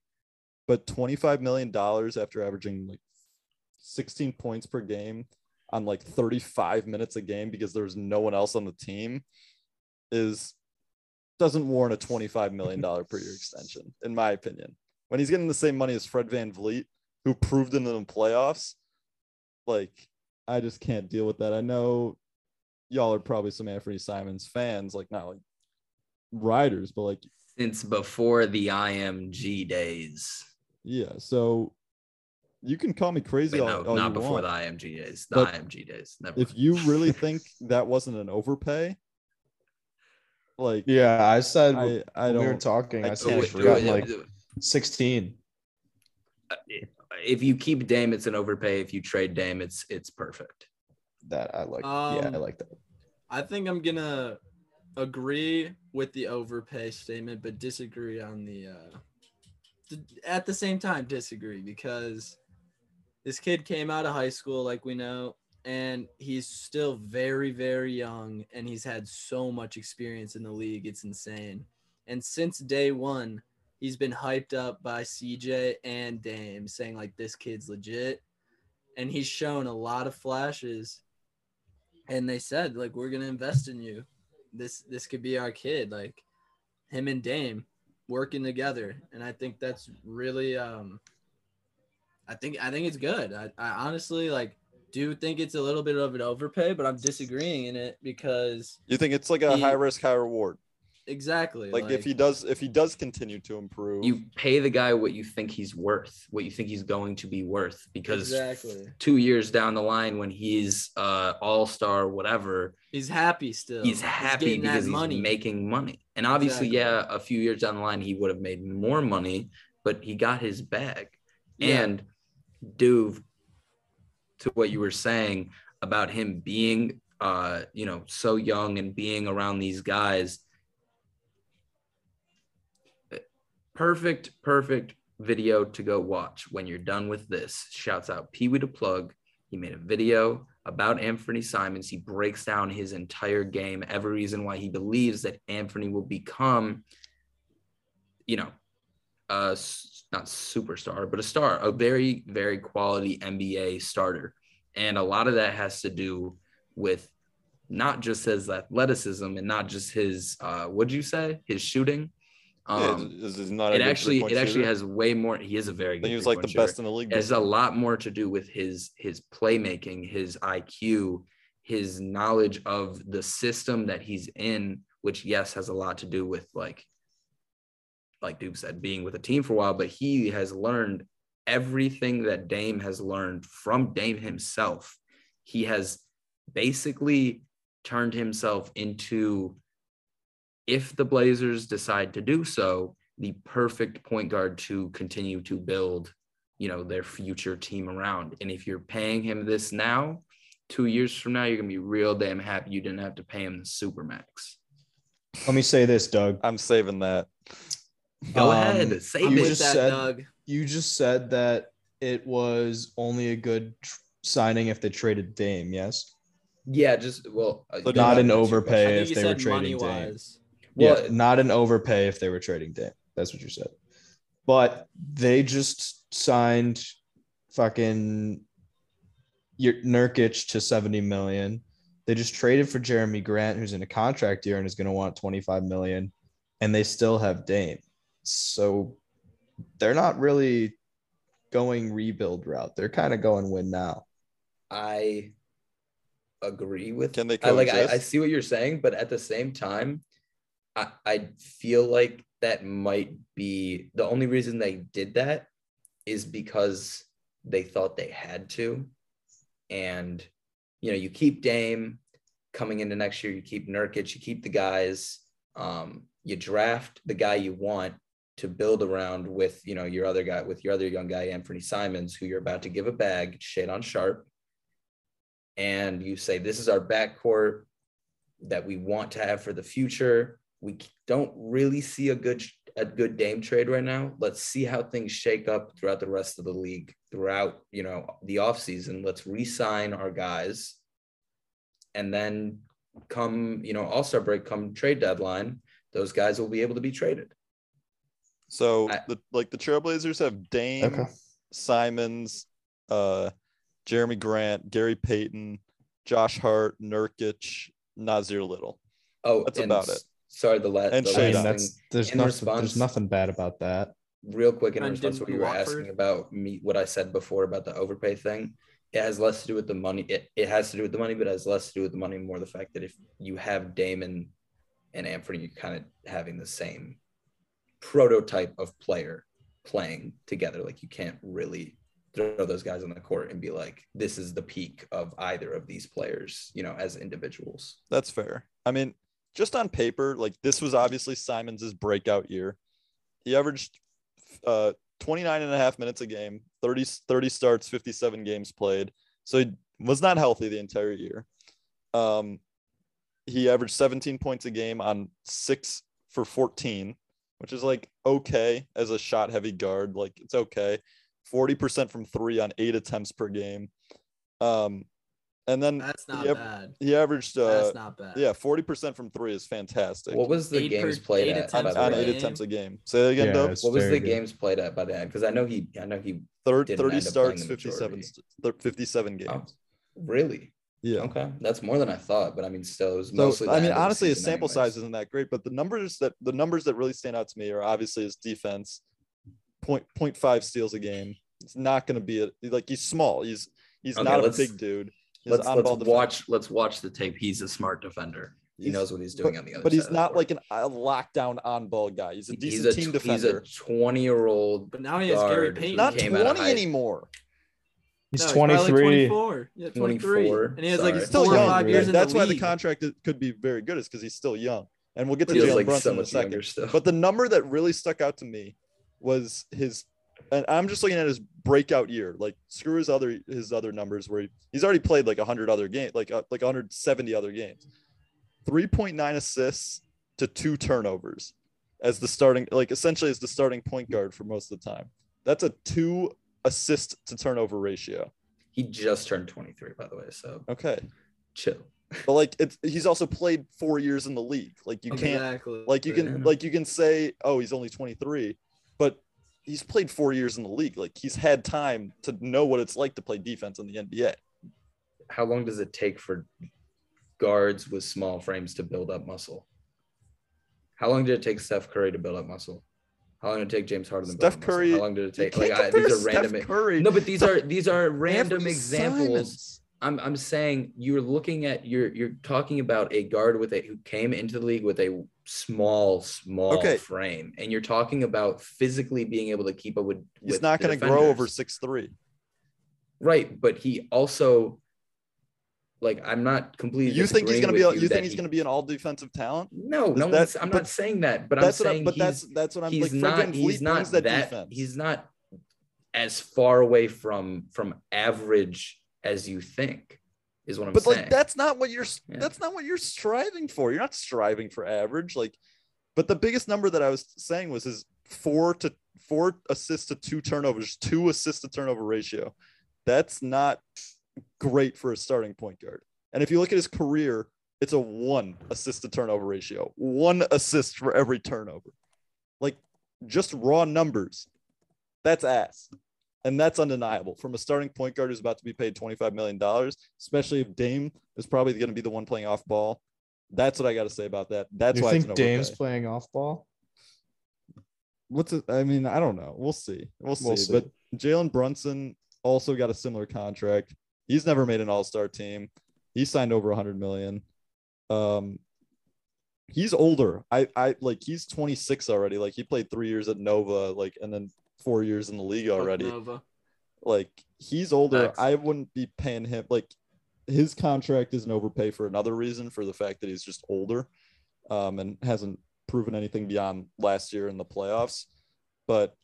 but $25 million after averaging like 16 points per game on like 35 minutes a game because there's no one else on the team is doesn't warrant a $25 million per year extension, in my opinion. When he's getting the same money as Fred Van Vliet, who proved it in the playoffs, like I just can't deal with that. I know y'all are probably some Anthony Simons fans, like not like riders, but like
Since before the IMG days.
yeah. So you can call me crazy
Wait,
all,
no,
all
not
you
before
want.
the IMG days. The
But
IMG days. Never.
If
mind.
you really think that wasn't an overpay, like
yeah, I said
I, I
when we were
don't.
talking. I,
I
said
Oh,
can't
I
do
forgot
it.
like sixteen.
uh, if you keep Dame, it's an overpay. If you trade Dame, it's it's perfect.
That I like. yeah, I
Um,
like that.
I think I'm gonna agree with the overpay statement, but disagree on the. Uh, th- at the same time, disagree because this kid came out of high school, like we know, and he's still very, very young, and he's had so much experience in the league. It's insane. And since day one, he's been hyped up by CJ and Dame, saying like this kid's legit, and he's shown a lot of flashes. And they said like we're gonna invest in you. This this could be our kid. Like him and Dame working together, and I think that's really um. I think I think it's good. I, I honestly like do think it's a little bit of an overpay, but I'm disagreeing in it because
You think it's like a
He-
high risk, high reward.
exactly
Like, if he does, if he does continue to improve,
You pay the guy what you think he's worth, what you think he's going to be worth, because
exactly
two years down the line when he's uh all star whatever
he's happy still.
he's happy
getting that
because he's
money.
making money and obviously
Exactly.
yeah a few years down the line he would have made more money but he got his bag
Yeah.
and dude to what you were saying about him being uh you know so young and being around these guys perfect perfect video to go watch when you're done with this shouts out pee wee to plug he made a video about Anthony Simons. He breaks down his entire game, every reason why he believes that Anthony will become, you know, uh, not superstar, but a star, a very, very quality NBA starter. And a lot of that has to do with not just his athleticism and not just his, uh, what'd you say, his shooting.
Yeah,
Um,
is, is not. a
it
good
actually,
three-point
it actually
shooter?
has way more. He is a very
I
good.
think he was like the
three-point shooter
best in the league.
has a lot more to do with his his playmaking, his IQ, his knowledge of the system that he's in, which yes has a lot to do with like like Duke said, being with a team for a while, but he has learned everything that Dame has learned from Dame himself. He has basically turned himself into, if the Blazers decide to do so, the perfect point guard to continue to build, you know, their future team around. And if you're paying him this now, two years from now, you're gonna be real damn happy you didn't have to pay him the supermax.
Let me say this, Doug.
I'm saving that.
Go
Um,
ahead, save
I'm
you
it.
with
just
that,
said-
Doug.
You just said that it was only a good tr- signing if they traded Dame. Yes.
yeah, just well, uh,
So
Not
Yeah,
an
that's-
I
overpay
think
if
you
they were
said money
trading Dame.
wise.
well,
yeah, not an overpay if they were trading Dame. That's what you said. But they just signed fucking your Nurkic to 70 million. They just traded for Jeremy Grant, who's in a contract year and is going to want 25 million, and they still have Dame. So they're not really going rebuild route. They're kind of going win now.
I agree with
Can they
I like I, I
coexist?
see what you're saying, but at the same time, I, I feel like that might be the only reason they did that is because they thought they had to. And you know, you keep Dame coming into next year, you keep Nurkic, you keep the guys, um, you draft the guy you want to build around with, you know, your other guy, with your other young guy, Anthony Simons, who you're about to give a bag, shade on sharp and you say this is our backcourt that we want to have for the future. We don't really see a good a good Dame trade right now. Let's see how things shake up throughout the rest of the league, throughout you know the offseason. Let's re-sign our guys, and then come you know All Star break, come trade deadline, those guys will be able to be traded.
So
I-
the like the Trailblazers have Dame, Simons, uh, Jeremy Grant, Gary Payton, Josh Hart, Nurkic, Nazir Little.
Oh,
That's
and
about
s-
it.
Sorry, the last
And
the
Shai
I
Shade
mean,
on.
last
that's
thing
there's
In
nothing,
response-
there's nothing bad about that.
real quick in
And
response to
didn't
what you were
Watford-
asking about me what i said before about the overpay thing it has less to do with the money it, it has to do with the money but it has less to do with the money more the fact that if you have damon and Anthony, you're kind of having the same prototype of player playing together like you can't really throw those guys on the court and be like this is the peak of either of these players you know as individuals
That's fair. I mean, just on paper, like this was obviously Simons' breakout year. He averaged uh, 29 and a half minutes a game, 30, 30 starts, 57 games played. So he was not healthy the entire year. Um, he averaged 17 points a game on six for 14, which is like okay as a shot heavy guard. Like it's okay. 40% from three on eight attempts per game. Um, And then
That's not
Yep.
bad.
he averaged uh
That's not bad.
yeah, 40% from 3 is fantastic.
What was the
Eight per-
games played
eight
at?
on,
By
attempts
the
on
per
way?
eight
game?
attempts a game. Say that again,
Yeah,
Dove.
it's
What was
very
the
good.
games played at by that? Because I know he, I know he
Third, 30
didn't end up playing
starts,
the
57,
majority.
st- thir- 57 games.
Oh, really.
Yeah.
Okay, that's more than I thought, but I mean, still, it was
So
mostly. the
I mean,
end of the
honestly, his
season
sample
anyways.
size isn't that great, but the numbers that the numbers that really stand out to me are obviously his defense, point point five steals a game. It's not going to be a, like he's small. He's he's
Okay,
not a
let's-
big dude. His
Let's, let's
on-ball defense-
watch. Let's watch the tape. He's a smart defender. He
He's-
knows what he's doing on the other.
but
side
he's
of the
not
court.
like an, a lockdown on-ball guy. He's a decent
he's a,
team
tw-
defender.
He's a twenty-year-old.
But now he has Gary
guard
Payton.
who
not
came out of
20
high-
anymore.
He's
No, probably like
23.
24. Yeah, 23.
24,
And he has like
sorry.
his
Still
four or
young.
five
That-
years in
that's
the
why
league.
the contract is- could be very good, is because he's still young. And we'll get to
Feels
Jalen
like so
Brunson in a
much
second.
younger still.
But the number that really stuck out to me was his, and I'm just looking at his breakout year. Like screw his other his other numbers where he, he's already played like 100 other games, like uh, like 170 other games. 3.9 assists to two turnovers as the starting, like essentially as the starting point guard for most of the time. That's a two assist to turnover ratio.
he just turned twenty-three, by the way. So
Okay,
chill.
but like it's he's also played four years in the league. Like you can't
Exactly.
like you can
Yeah.
like you can say oh he's only 23 but he's played four years in the league like he's had time to know what it's like to play defense in the nba
How long does it take for guards with small frames to build up muscle? How long did it take Steph Curry to build up muscle? How long did it take James Harden? To
Steph
build up muscle?
Curry-
How long did it
you
take?
can't
Like I,
compare
uh, these are
Steph
random.
Curry
No, but these
to
are these are random
Anthony
examples.
Simons.
I'm I'm saying you're looking at you're you're talking about a guard with a who came into the league with a small small
Okay.
frame, and you're talking about physically being able to keep up with.
he's
with
not
the
going to grow over
defenders.
six three
right, but he also, like, I'm not completely.
you think he's
disagreeing
going to be
with
a- you think
that
he's
he-
going to be an all defensive talent
No, no,
that-
one's- I'm
but
not saying that, but I'm
that's what
saying
I'm, but
he's,
that's that's what i'm
he's
like Fred
not
VanVleet
he's not
brings
that,
defense.
he's not as far away from from average as you think is what I'm
but
saying.
like that's not what you're
Yeah.
that's not what you're striving for you're not striving for average like but the biggest number that i was saying was his four to four assists to two turnovers two assist to turnover ratio that's not great for a starting point guard and if you look at his career it's a one assist to turnover ratio one assist for every turnover like just raw numbers that's ass and that's undeniable from a starting point guard who's about to be paid $25 million, especially if Dame is probably going to be the one playing off ball. That's what I got to say about that. That's
you
why
think
it's an overpay.
Dame's playing off ball?
What's it? I mean, I don't know. We'll see. We'll see.
We'll see.
But Jalen Brunson also got a similar contract. He's never made an All Star team. He signed over 100 million. Um, he's older. I I like he's 26 already. Like he played three years at Nova, like and then four years in the league already.
Nova.
like he's older.
Facts.
I wouldn't be paying him like his contract is an overpay for another reason for the fact that he's just older um, and hasn't proven anything beyond last year in the playoffs. But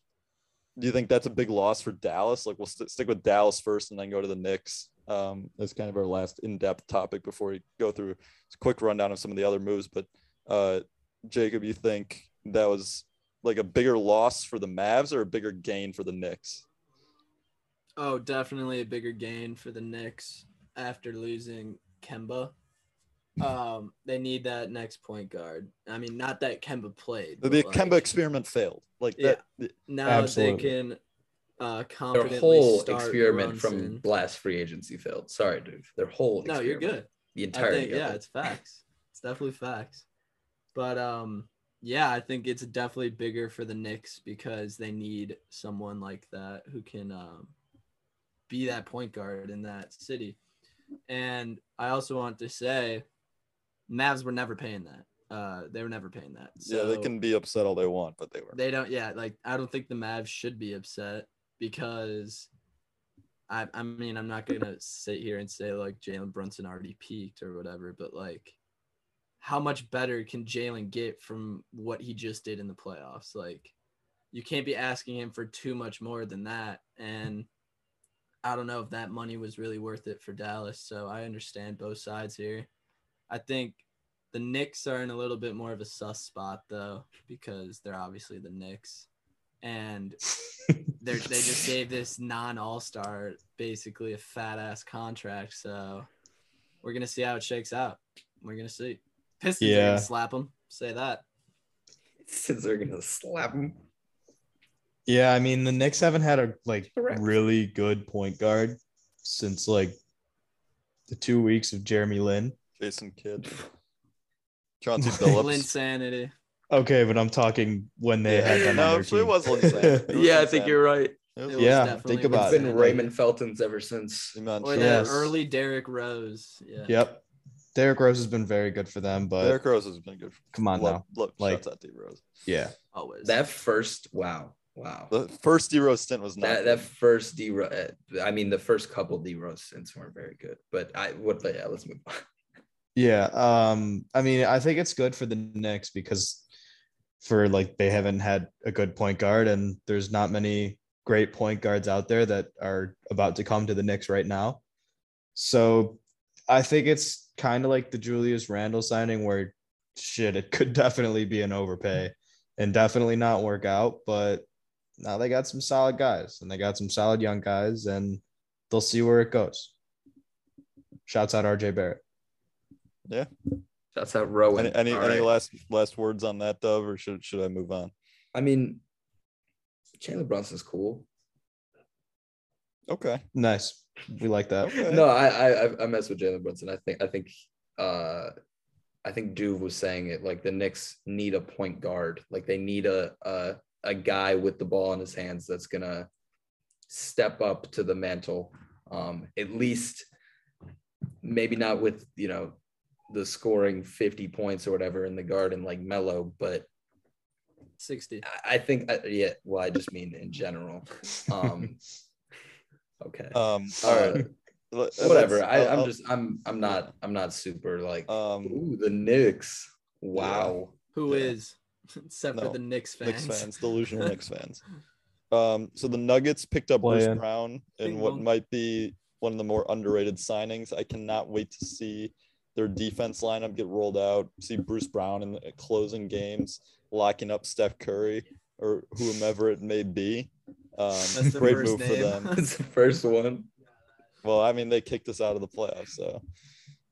do you think that's a big loss for Dallas? Like we'll st- stick with Dallas first and then go to the Knicks. Um, that's kind of our last in-depth topic before we go through a quick rundown of some of the other moves. But uh, Jacob, you think that was like a bigger loss for the Mavs or a bigger gain for the Knicks?
Oh, definitely a bigger gain for the Knicks after losing Kemba. Um, they need that next point guard. I mean, not that Kemba played.
the
but, like,
Kemba experiment failed. Like that, the-
Now
Absolutely.
they can uh,
their
confidently
whole
start
experiment from
Brunson.
last free agency failed. Sorry, dude. Their whole
No, you're
experiment,
good.
The
I
entirety
think yeah,
of it.
it's facts. It's definitely facts. But um yeah, I think it's definitely bigger for the Knicks because they need someone like that who can um be that point guard in that city. And I also want to say Mavs were never paying that. Uh they were never paying that.
yeah, they
So-
can be upset all they want, but they were.
they don't yeah like i don't think the mavs should be upset because i i mean i'm not gonna sit here and say like jalen brunson already peaked or whatever but like how much better can jalen get from what he just did in the playoffs like you can't be asking him for too much more than that and i don't know if that money was really worth it for dallas so i understand both sides here i think the Knicks are in a little bit more of a sus spot though, because they're obviously the Knicks, and they they just gave this non All Star basically a fat ass contract. So we're gonna see how it shakes out. We're gonna see. Pistons are
Yeah.
gonna slap them. Say that.
Since they're gonna slap him.
Yeah, I mean the Knicks haven't had a like
Correct.
really good point guard since like the two weeks of Jeremy Lin.
Jason Kidd, Chauncey Phillips.
Insanity.
Okay, but I'm talking when they had them. on
no,
their
it
team.
was Lindsay. It was
Yeah, I
Lindsay.
think you're right.
It was
It was
Lindsay.
yeah,
definitely
think about
It's
it.
been Raymond Felton's ever since.
Iman
Or
Shumpert.
Yes.
the early Derrick Rose. Yeah.
Yep, Derrick Rose has been very good for them, but
Derrick Rose has been good. For
come on
love,
now,
love
Like-
shots at D Rose.
yeah,
Always.
That first, wow, wow.
The first D Rose stint was not
That
good.
that first D, Ro- uh, I mean the first couple D Rose stints weren't very good, but I what but yeah, let's move on.
yeah. Um, I mean, I think it's good for the Knicks because for like they haven't had a good point guard, and there's not many great point guards out there that are about to come to the Knicks right now. So I think it's kind of like the Julius Randle signing where shit, it could definitely be an overpay and definitely not work out. But now they got some solid guys and they got some solid young guys and they'll see where it goes. Shouts out RJ Barrett.
That's out Rowan.
Any any,
All
any
right.
last last words on that, Dove, or should should I move on?
I mean, Chandler Brunson's cool.
Okay.
Nice. We like that.
okay.
No, I I I- I mess with Jalen Brunson. I think I think uh I think Duve was saying it like the Knicks need a point guard. Like they need a a a guy with the ball in his hands that's gonna step up to the mantle. Um, at least maybe not with you know the scoring 50 points or whatever in the garden like Mello, but
60.
I, I think I, yeah, well, I just mean in general. Um okay.
Um.
Uh,
All right. Let-
whatever.
let's-
I,
I'll-
I'm
uh,
I'll-
just I'm I'm not I'm not super like
um
ooh the Knicks. Wow.
Who
Yeah.
is? Except
No.
for the Knicks fans.
Knicks fans, delusional Knicks fans. Um, so the Nuggets picked up Bruce
Play-in.
Brown in
Ding
what
dong.
might be one of the more underrated signings. I cannot wait to see their defense lineup get rolled out. See Bruce Brown in the closing games, locking up Steph Curry or whomever it may be. Um,
That's their
great
first
move for
name.
them.
That's the first one.
Well, I mean, they kicked us out of the playoffs, so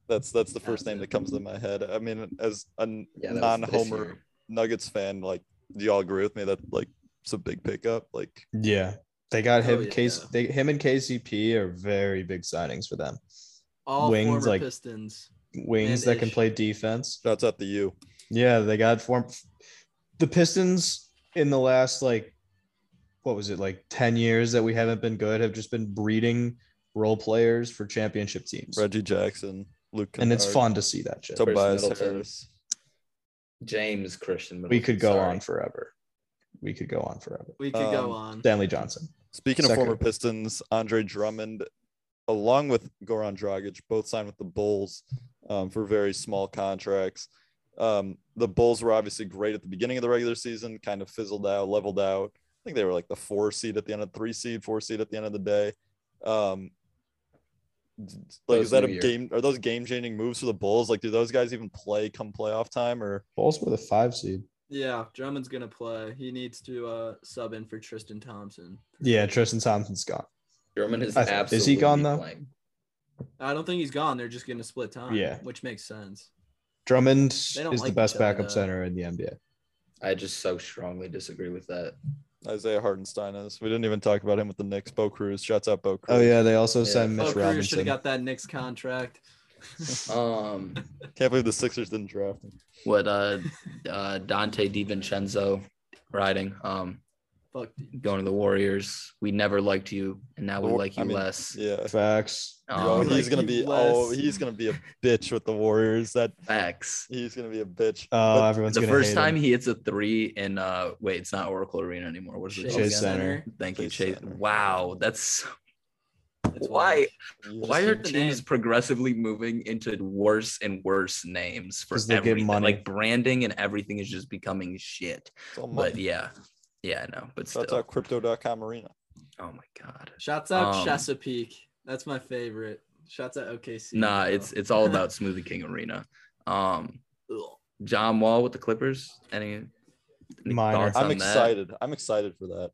that's that's the first name
Gotcha.
that comes to my head. I mean, as a
Yeah, that was this
non-homer
year.
Nuggets fan, like, do y'all agree with me that like it's a big pickup? Like,
Yeah. They got him
Oh, yeah.
case they him and KCP are very big signings for them.
All
Wings,
former
like-
Pistons.
Wings that can
Mandish.
play defense.
shouts out to you.
Yeah, they got form the Pistons in the last like what was it like 10 years that we haven't been good have just been breeding role players for championship teams.
Reggie Jackson, Luke,
and it's
Kennard,
fun to see that shit.
So-
Tobias
Middleton.
Harris.
James Christian.
we could go
Sorry.
on forever. We could go on forever.
We could
Um,
go on.
Stanley Johnson.
Speaking
Second.
of former Pistons, Andre Drummond, along with Goran Dragic, both signed with the Bulls um, for very small contracts. Um, the Bulls were obviously great at the beginning of the regular season, kind of fizzled out, leveled out. I think they were like the four seed at the end of three seed, four seed at the end of the day. Um, d- like,
Those
is that a
new year.
game? Are those game changing moves for the Bulls? Like, do those guys even play come playoff time or?
Bulls were the five seed.
Yeah, Drummond's gonna play. He needs to uh sub in for Tristan Thompson.
Yeah, Tristan Thompson's gone.
Drummond is
I-
absolutely.
is he gone, though?
playing.
I don't think he's gone. They're just gonna split time.
Yeah.
Which makes sense.
Drummond
They
is
don't like
the
each
best
other,
backup
though.
center in the NBA.
I just so strongly disagree with that.
Isaiah Hartenstein is. We didn't even talk about him with the Knicks. Bo Cruz. Shouts out Bo Cruz.
Oh yeah, they also
Yeah.
signed
Oh,
Mitch
Cruz should
Robinson.
have got that Knicks contract.
Um,
Can't believe the Sixers didn't draft him.
what uh, uh Dante Divincenzo riding um
Fuck, dude.
going to the Warriors. We never liked you, and now we
Well,
like
I
you
mean,
less.
Yeah.
Facts.
Oh,
Um,
he's
like
gonna
you
be
less.
oh he's gonna be a bitch with the Warriors. That
facts.
he's gonna be a bitch.
Oh,
But
everyone's
the
gonna
first
hate
time
him.
he hits a three in uh wait it's not Oracle Arena anymore. What is it?
Chase
called again?
Center.
Thank you,
Chase
Chase.
Center.
Wow, that's
That's
why
you
why
just-
are
keep the
teams
name.
progressively moving into worse and worse names for
'Cause they get
everything?
money.
Like branding and everything is just becoming shit.
it's all money.
But yeah, yeah, I know. But still,
Shouts out crypto.com arena.
oh my god,
Shouts out
Um,
Chesapeake. That's my favorite. Shouts out OKC.
nah,
bro.
it's it's all about Smoothie King Arena. Um,
Ugh.
John Wall with the Clippers. Any, any
Minor.
thoughts
I'm
on that?
excited. I'm excited for that.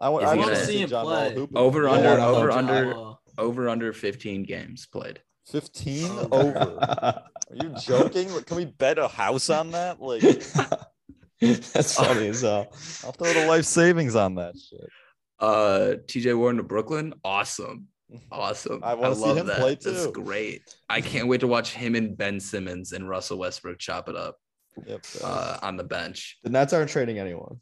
I want
Is
I
he
want
gonna-
to see
Wanna see
John
him
Wall
play.
hoop.
Over
Yeah,
under
I love
over
John
under
Wall.
Oh,
over under 15 games played.
15
Oh.
over. Are you joking? Like, Can we bet a house on that? Like,
That's funny as hell.
I'll throw the life savings on that shit.
Uh, TJ Warren to Brooklyn, awesome, awesome.
I wanna see
love
him
that.
play
That's
too.
great. I can't wait to watch him and Ben Simmons and Russell Westbrook chop it up
Yep.
uh, on the bench.
The Nets aren't trading anyone.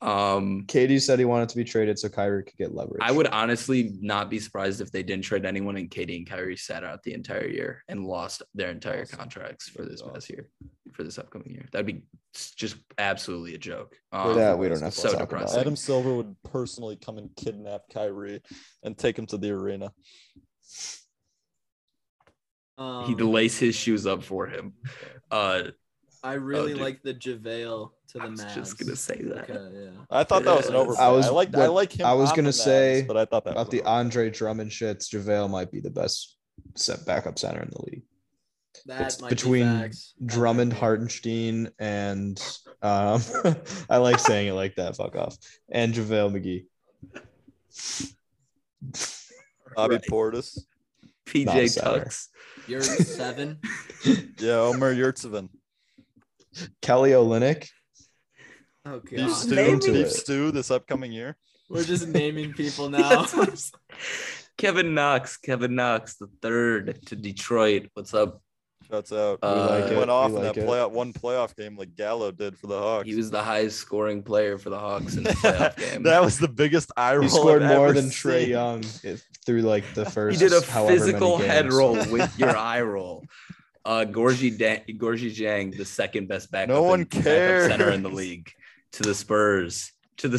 Um,
Katie said he wanted to be traded so Kyrie could get leverage.
I would honestly not be surprised if they didn't trade anyone and Katie and Kyrie sat out the entire year and lost their entire
Awesome.
contracts for
That'd
this
be
past year, for this upcoming year. That'd be s- just absolutely a joke. Um,
That we don't have to
so
talk
depressing.
about.
Adam Silver would personally come and kidnap Kyrie and take him to the arena.
Um,
He'd lace his shoes up for him. Uh,
I really
Oh, dude.
like the JaVale to the
I was
Mavs.
just gonna say that.
Okay, yeah.
I thought that was an
Yes.
overplay.
I
I
was-
like I
what-
like him.
I was
on
gonna
the Mavs,
say
but I thought that
About
was
the
an overplay.
Andre Drummond shits, JaVale might be the best set backup center in the league.
That
It's
might be
between
facts. That might
Drummond,
be.
Hartenstein, and um, I like saying it like that. Fuck off. And JaVale McGee.
Bobby
Right.
Portis.
Not a
PJ
Saturday.
Tucks.
You're seven.
Yeah, Omer Yurtseven.
Kelly Olynyk.
Oh
Beef
god.
stew,
Name it.
beef stew this upcoming year.
We're just naming people now.
That's what I'm saying. Kevin Knox, Kevin Knox, the third to Detroit. What's up?
That's out.
We like
he
it,
went off
we
in that
like it.
playoff one playoff game like Gallo did for the Hawks.
He was the highest scoring player for the Hawks in the playoff game.
that was the biggest eye roll.
He scored
I've
more
ever
than Trey
seen.
Young if, through like the
he
first.
did a
however many
physical head
games.
roll with your eye roll. Uh, Gorgie Dan- Gorgie Jang, the second best backup,
No one
and backup center in the
cares.
league. To the Spurs, to the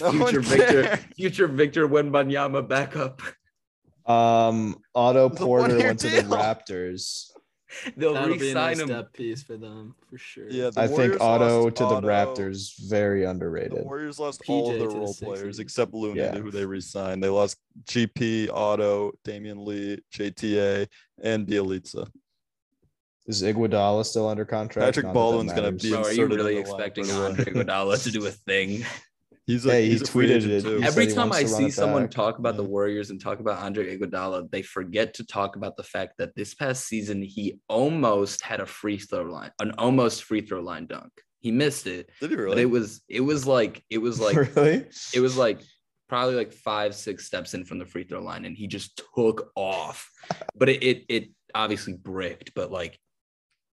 No one
future Victor,
cares.
future Victor Wenbanyama backup.
Um, Otto
It's a
Porter
one-year
went to the
deal.
Raptors.
They'll
That'll be a
re-sign
nice
him.
step piece for them for sure.
Yeah, the
I think
Warriors
Otto
lost
to the
Otto.
Raptors very
The
underrated.
Warriors lost
PJ
all of their
to the
role
Sixers.
players except Looney,
Yeah.
who they re-signed. They lost GP, Otto, Damian Lee, JTA, and Bielitsa.
Is Iguodala still under contract?
Patrick
Not that that
Baldwin's gonna
matters.
be-
Bro, are you
inserted in
really
the
expecting
lineup right
Andre
away.
Iguodala to do a thing?
He's a,
Hey, he
he's a free
tweeted
agent,
it.
too.
He said
Every
he
time
wants
I
to run
see
it
someone
back. Mm-hmm.
talk about the
Yeah.
Warriors and talk about Andre Iguodala, they forget to talk about the fact that this past season he almost had a free throw line, an almost free throw line dunk. He missed it,
Did he
but
really?
it was it was like it was like
really?
it was like probably like five six steps in from the free throw line, and he just took off. But it it, it obviously bricked, but like,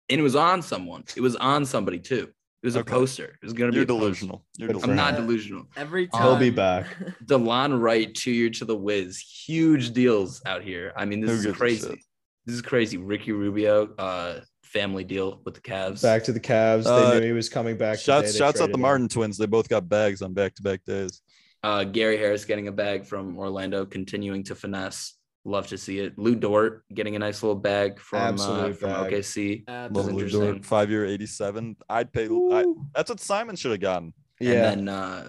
and it was on someone. It was on somebody too. It was
Okay.
a poster. It was gonna
You're
be a poster.
delusional. You're
Good for
I'm
delusional.
not
him.
delusional.
Every time
He'll
be back.
Delon Wright, two year to the Wiz, huge deals out here. I mean,
Who
this
gives
is
a shit?
crazy. This is crazy. Ricky Rubio, uh, family deal with the Cavs.
Back to the Cavs. They
Uh,
knew he was coming back. the day
Shots,
they
shots out
traded
the
him.
Martin twins. They both got bags on back-to-back days.
Uh, Gary Harris getting a bag from Orlando, continuing to finesse. Love to see it. Lou Dort getting a nice little bag from uh,
Absolute
from
bag.
OKC. Love
Love
Lou
Absolutely.
Lou
interesting.
Dort, five-year, eighty-seven. I'd pay. I,
Ooh.
that's what Simon should have gotten.
Yeah.
And then uh,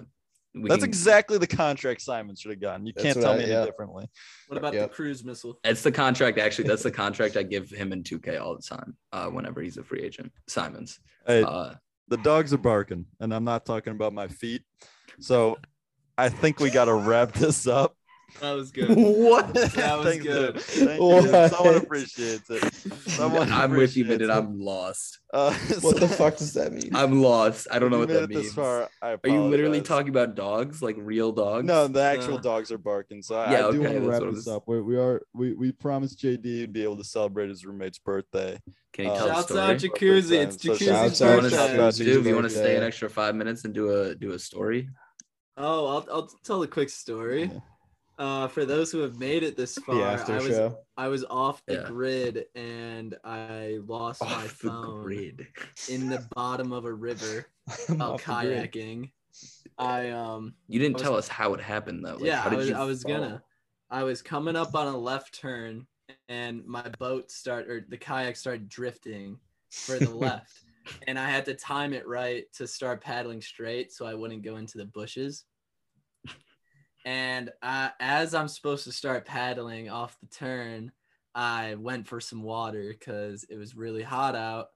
we
that's
can-
exactly the contract Simon should have gotten. You
That's
can't
what
tell
I-
me any
yeah.
differently.
What about
Yep.
the cruise missile?
That's the contract. Actually, that's the contract I give him in 2K all the time. Uh, whenever he's a free agent, Simons.
Hey,
Uh,
the dogs are barking, and I'm not talking about my feet. So, I think we got to wrap this up.
That was good.
what?
That was
Thanks,
good.
dude. Thank you, dude. Someone
What?
appreciates it. Someone
I'm with you,
appreciates
minute.
it.
I'm lost.
Uh,
What the fuck does that mean?
I'm lost. I don't know
you
what
made
that
it
means.
This far, I
Are you literally
apologize.
talking about dogs, like real dogs?
No, the actual
Uh,
dogs are barking. So I,
yeah,
I do
okay,
want to
that's
wrap
what I'm
this
s-
up. We, we are we we promised JD he'd be able to celebrate his roommate's birthday.
Can you
Uh,
tell the
Shouts
story?
out Jacuzzi. It's
So
Jacuzzi's
shouts
Do you
out
wanna-
Jacuzzi.
birthday.
Shouts
Dude, if you want to
birthday.
stay an extra five minutes and do a do a story?
Oh, I'll, I'll tell a quick story. Uh, for those who have made it this far,
the after
I was
show.
I was off the
Yeah.
grid and Oh, I lost my
Off the
phone
grid.
in the bottom of a river
I'm
while
off the grid.
kayaking. I um
You didn't
I was-
tell us how it happened though. Like,
yeah,
how
I
did
was
you
I was
fall?
gonna. I was coming up on a left turn and my boat start or the kayak started drifting for the left. And I had to time it right to start paddling straight so I wouldn't go into the bushes. And I, as I'm supposed to start paddling off the turn, I went for some water because it was really hot out.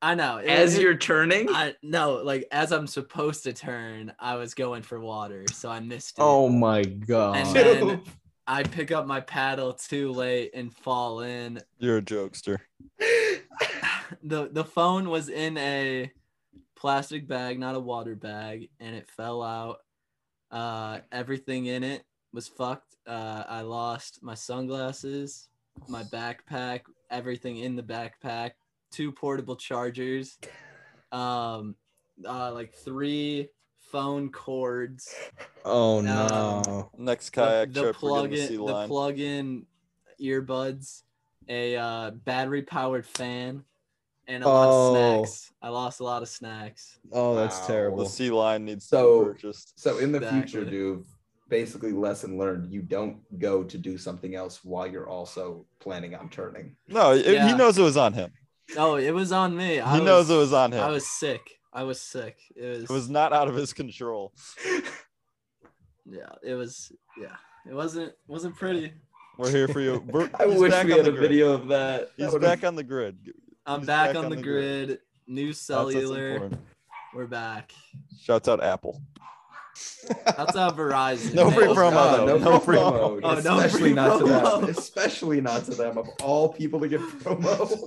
I know. it-
As
it-
you're turning,
I no, like as I'm
Oh.
supposed to turn, I was going for water, so I missed it.
my god.
And then I pick up my paddle too late and fall in.
You're a jokester.
the The phone was in a plastic bag, not a water bag, and it fell out. Uh, everything in it was fucked. Uh, I lost my sunglasses, my backpack, everything in the backpack, two portable chargers, um, uh, like three phone cords.
Oh
No.
no.
Next
the-
kayak
the
trip, we're
plug
getting the
in
sea
the
lion.
plug in earbuds, a uh, battery powered fan, and a lot
Oh.
of snacks. I lost a lot of snacks.
Oh, that's
Wow.
the
terrible.
sea lion needs
So-
to be purchased.
So in the future,
Exactly.
dude, basically lesson learned: you don't go to do something else while you're also planning on turning.
No, it- he
Yeah.
knows it was on him.
Oh, it was on me.
He
I was,
knows it was on him.
I was sick. I was sick. It was,
it was not out of his control.
yeah. It was yeah. It wasn't wasn't pretty.
We're here for you. We're,
I
he's
wish
back
we
on
had
the
a
grid.
video of that. That
He's
would've-
back on the grid. That's-
I'm
He's
back, on, the grid. New
that's
cellular.
important.
We're back.
Shouts out Apple.
That's how Verizon.
No free
man.
promo,
God,
though.
No,
No
free
free
promo.
promo. Oh, no
Especially
free
not to
promo.
them. Especially not to them. Of all people to get promo.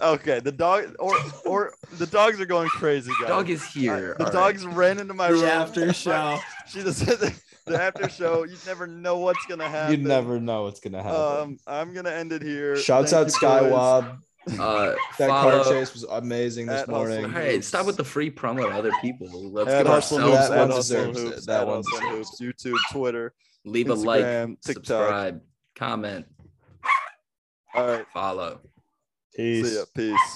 Okay, the dog or or the dogs are going crazy, guys.
is
I- the dogs ran into my room.
The after show.
She just the, the after show. You never know what's gonna
You
happen.
never know what's gonna happen.
Um, I'm gonna end it here.
Shouts
Thank
out
you, boys.
Skywob.
Uh,
That
follow-
car chase was amazing this
At Hustle
morning.
All right, stop with the free promo to other people. Let's
At
give
Hustle Hoops,
ourselves
That
at
one
one.
Hustle
deserves it.
Hoops,
That
at
one
Hustle
deserves
Hoops, YouTube, Twitter,
Leave a like,
Instagram, TikTok.
subscribe, comment,
All right,
follow.
see ya. Peace.